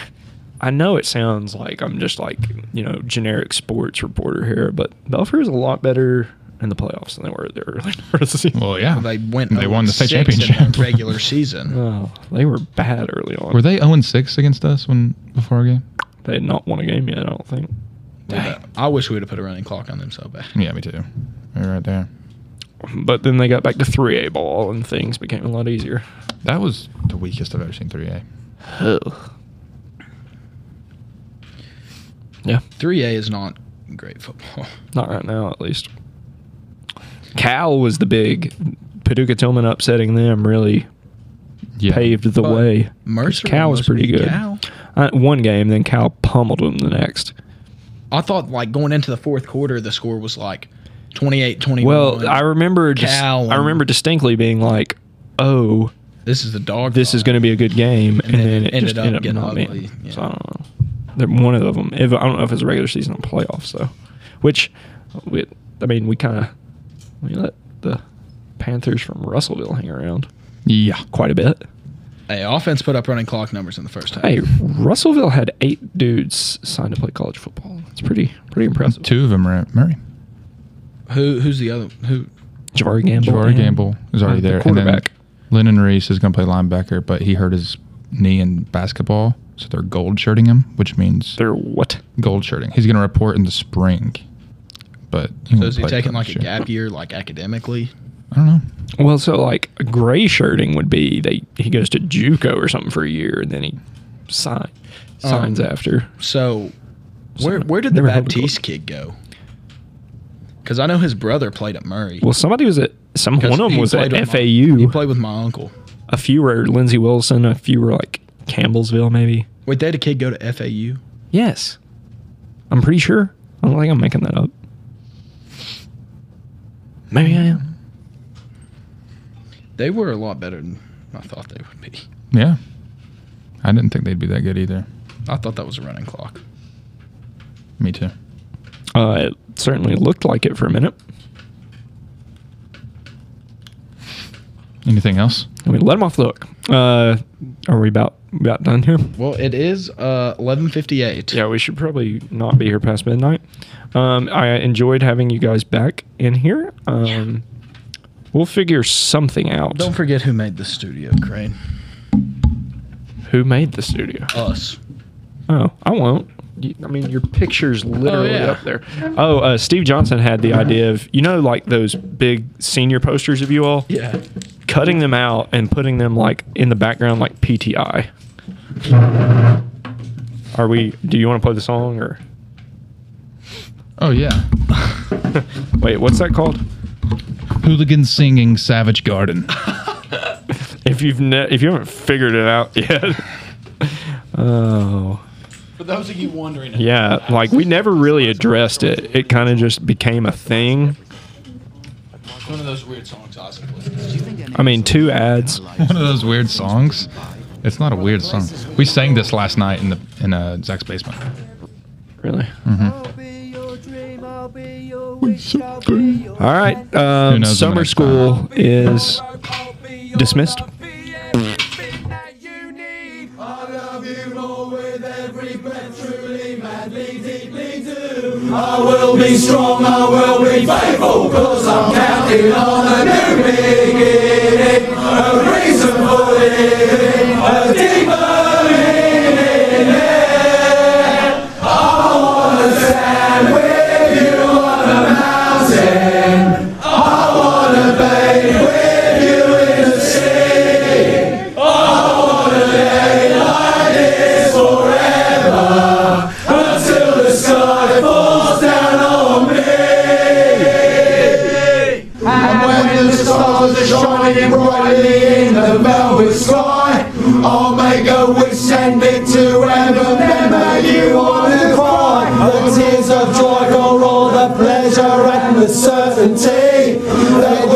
D: I know it sounds like I'm just like you know generic sports reporter here, but Belfry was a lot better in the playoffs than they were at the early [LAUGHS] part of the season.
F: Well, yeah.
C: they went.
F: They won the state
C: 0-6 in
F: championship. [LAUGHS]
C: the
D: [LAUGHS]
C: regular season.
D: Oh, they were bad early on.
F: Were they 0 6 against us when before our game?
D: They had not won a game yet. I don't think.
C: uh, I wish we would have put a running clock on them so bad.
F: Yeah, me too. We were right there.
D: But then they got back to three A ball and things became a lot easier.
F: That was the weakest I've ever seen 3A.
D: Yeah,
C: Three A is not great football. [LAUGHS]
D: not right now at least. Cal was the big Paducah Tillman upsetting them really
F: Yeah.
D: paved the
C: But
D: way. 'Cause
C: Mercer
D: Cal was
C: almost
D: pretty
C: beat
D: good.
C: Cal.
D: Uh, one game, then Cal pummeled them the next.
C: I thought like going into the fourth quarter, the score was like 28-21.
D: Well, I remember. Dis-
C: Cal and-
D: I remember distinctly being like, "Oh,
C: this is the dog.
D: this is
C: fight.
D: going to be a good game," and,
C: And then
D: then
C: it
D: it
C: ended
D: just
C: up
D: ended up
C: getting
D: not
C: ugly,
D: being.
C: yeah.
D: So I don't know. They're one of them. If, I don't know if it's a regular season or playoffs though, which, we, I mean, we kind of we let the Panthers from Russellville hang around
F: Yeah.
D: quite a bit.
C: Hey, offense put up running clock numbers in the first half.
D: Hey, Russellville had eight dudes signed to play college football. It's pretty pretty impressive.
F: Two of them are at Murray.
C: Who who's the other who?
D: Javari Gamble.
F: Javari
D: and-
F: Gamble Uh, is already
D: the
F: there.
D: quarterback.
F: And then Lennon Reese is going to play linebacker, but he hurt his knee in basketball, so they're gold shirting him, which means
D: They're what?
F: gold shirting. He's going to report in the spring. But he
C: So
F: won't
C: is he
F: play
C: taking
F: for
C: like a
F: this year.
C: gap year, like academically?
F: I don't know.
D: Well, so like gray shirting would be they he goes to JUCO or something for a year and then he sign, signs
C: Um,
D: after.
C: So, where
D: Someone-
C: where did the
D: never held a
C: Baptiste kid go? Because I know his brother played at Murray.
D: Well, somebody was at some one
C: 'Cause
D: of them
C: he
D: was at
C: played with my-
D: FAU.
C: he played with my uncle.
D: a few were Lindsey Wilson. A few were like Campbellsville, maybe.
C: Wait, they had a kid go to FAU.
D: Yes, I'm pretty sure. I don't think I'm making that up. Maybe I am.
C: They were a lot better than I thought they would be.
F: Yeah. I didn't think they'd be that good either.
C: I thought that was a running clock.
F: Me too.
D: Uh, it certainly looked like it for a minute.
F: Anything else?
D: I mean, let him off the hook. Uh, are we about about done here?
C: Well, it is uh, 11:58.
D: Yeah, we should probably not be here past midnight. Um, I enjoyed having you guys back in here. Um, We'll figure something out.
C: Don't forget who made the studio, Crane.
D: Who made the studio?
C: Us.
D: Oh, I won't. You, I mean, your picture's literally
C: Oh, yeah.
D: up there. Oh, uh, Steve Johnson had the idea of you know like those big senior posters of you all,
C: Yeah.
D: cutting them out and putting them like in the background like PTI. Are we? Do you want to play the song or?
F: Oh, yeah.
D: Wait, what's that called?
F: Hooligans singing Savage Garden.
D: If you've ne- if you haven't figured it out [LAUGHS] yet. oh.
G: For those of you wondering,
D: Yeah, like we never really addressed it. It kind of just became a thing.
G: it's one of those weird songs I listen
D: I mean, two ads.
F: One of those weird songs. It's not a weird song. We sang this last night in the in uh, Zach's basement.
D: Really?
A: All
D: All right. Um,
F: knows when
D: summer
F: it's
D: school is dismissed.
H: everything that you need. I love you more with every breath, truly, madly, deeply do. I will be strong, I will be faithful, cause I'm counting on a new beginning. A reason for living, a deeper meaning. Yeah. I'm on the sand with you on a mountain. I wanna bathe with you in the sea. Until the sky falls down on me. And when the stars are shining brightly in the velvet sky, I'll make a wish and it to heaven. Then may you wanna cry. The tears of joy for all the pleasure and the certainty that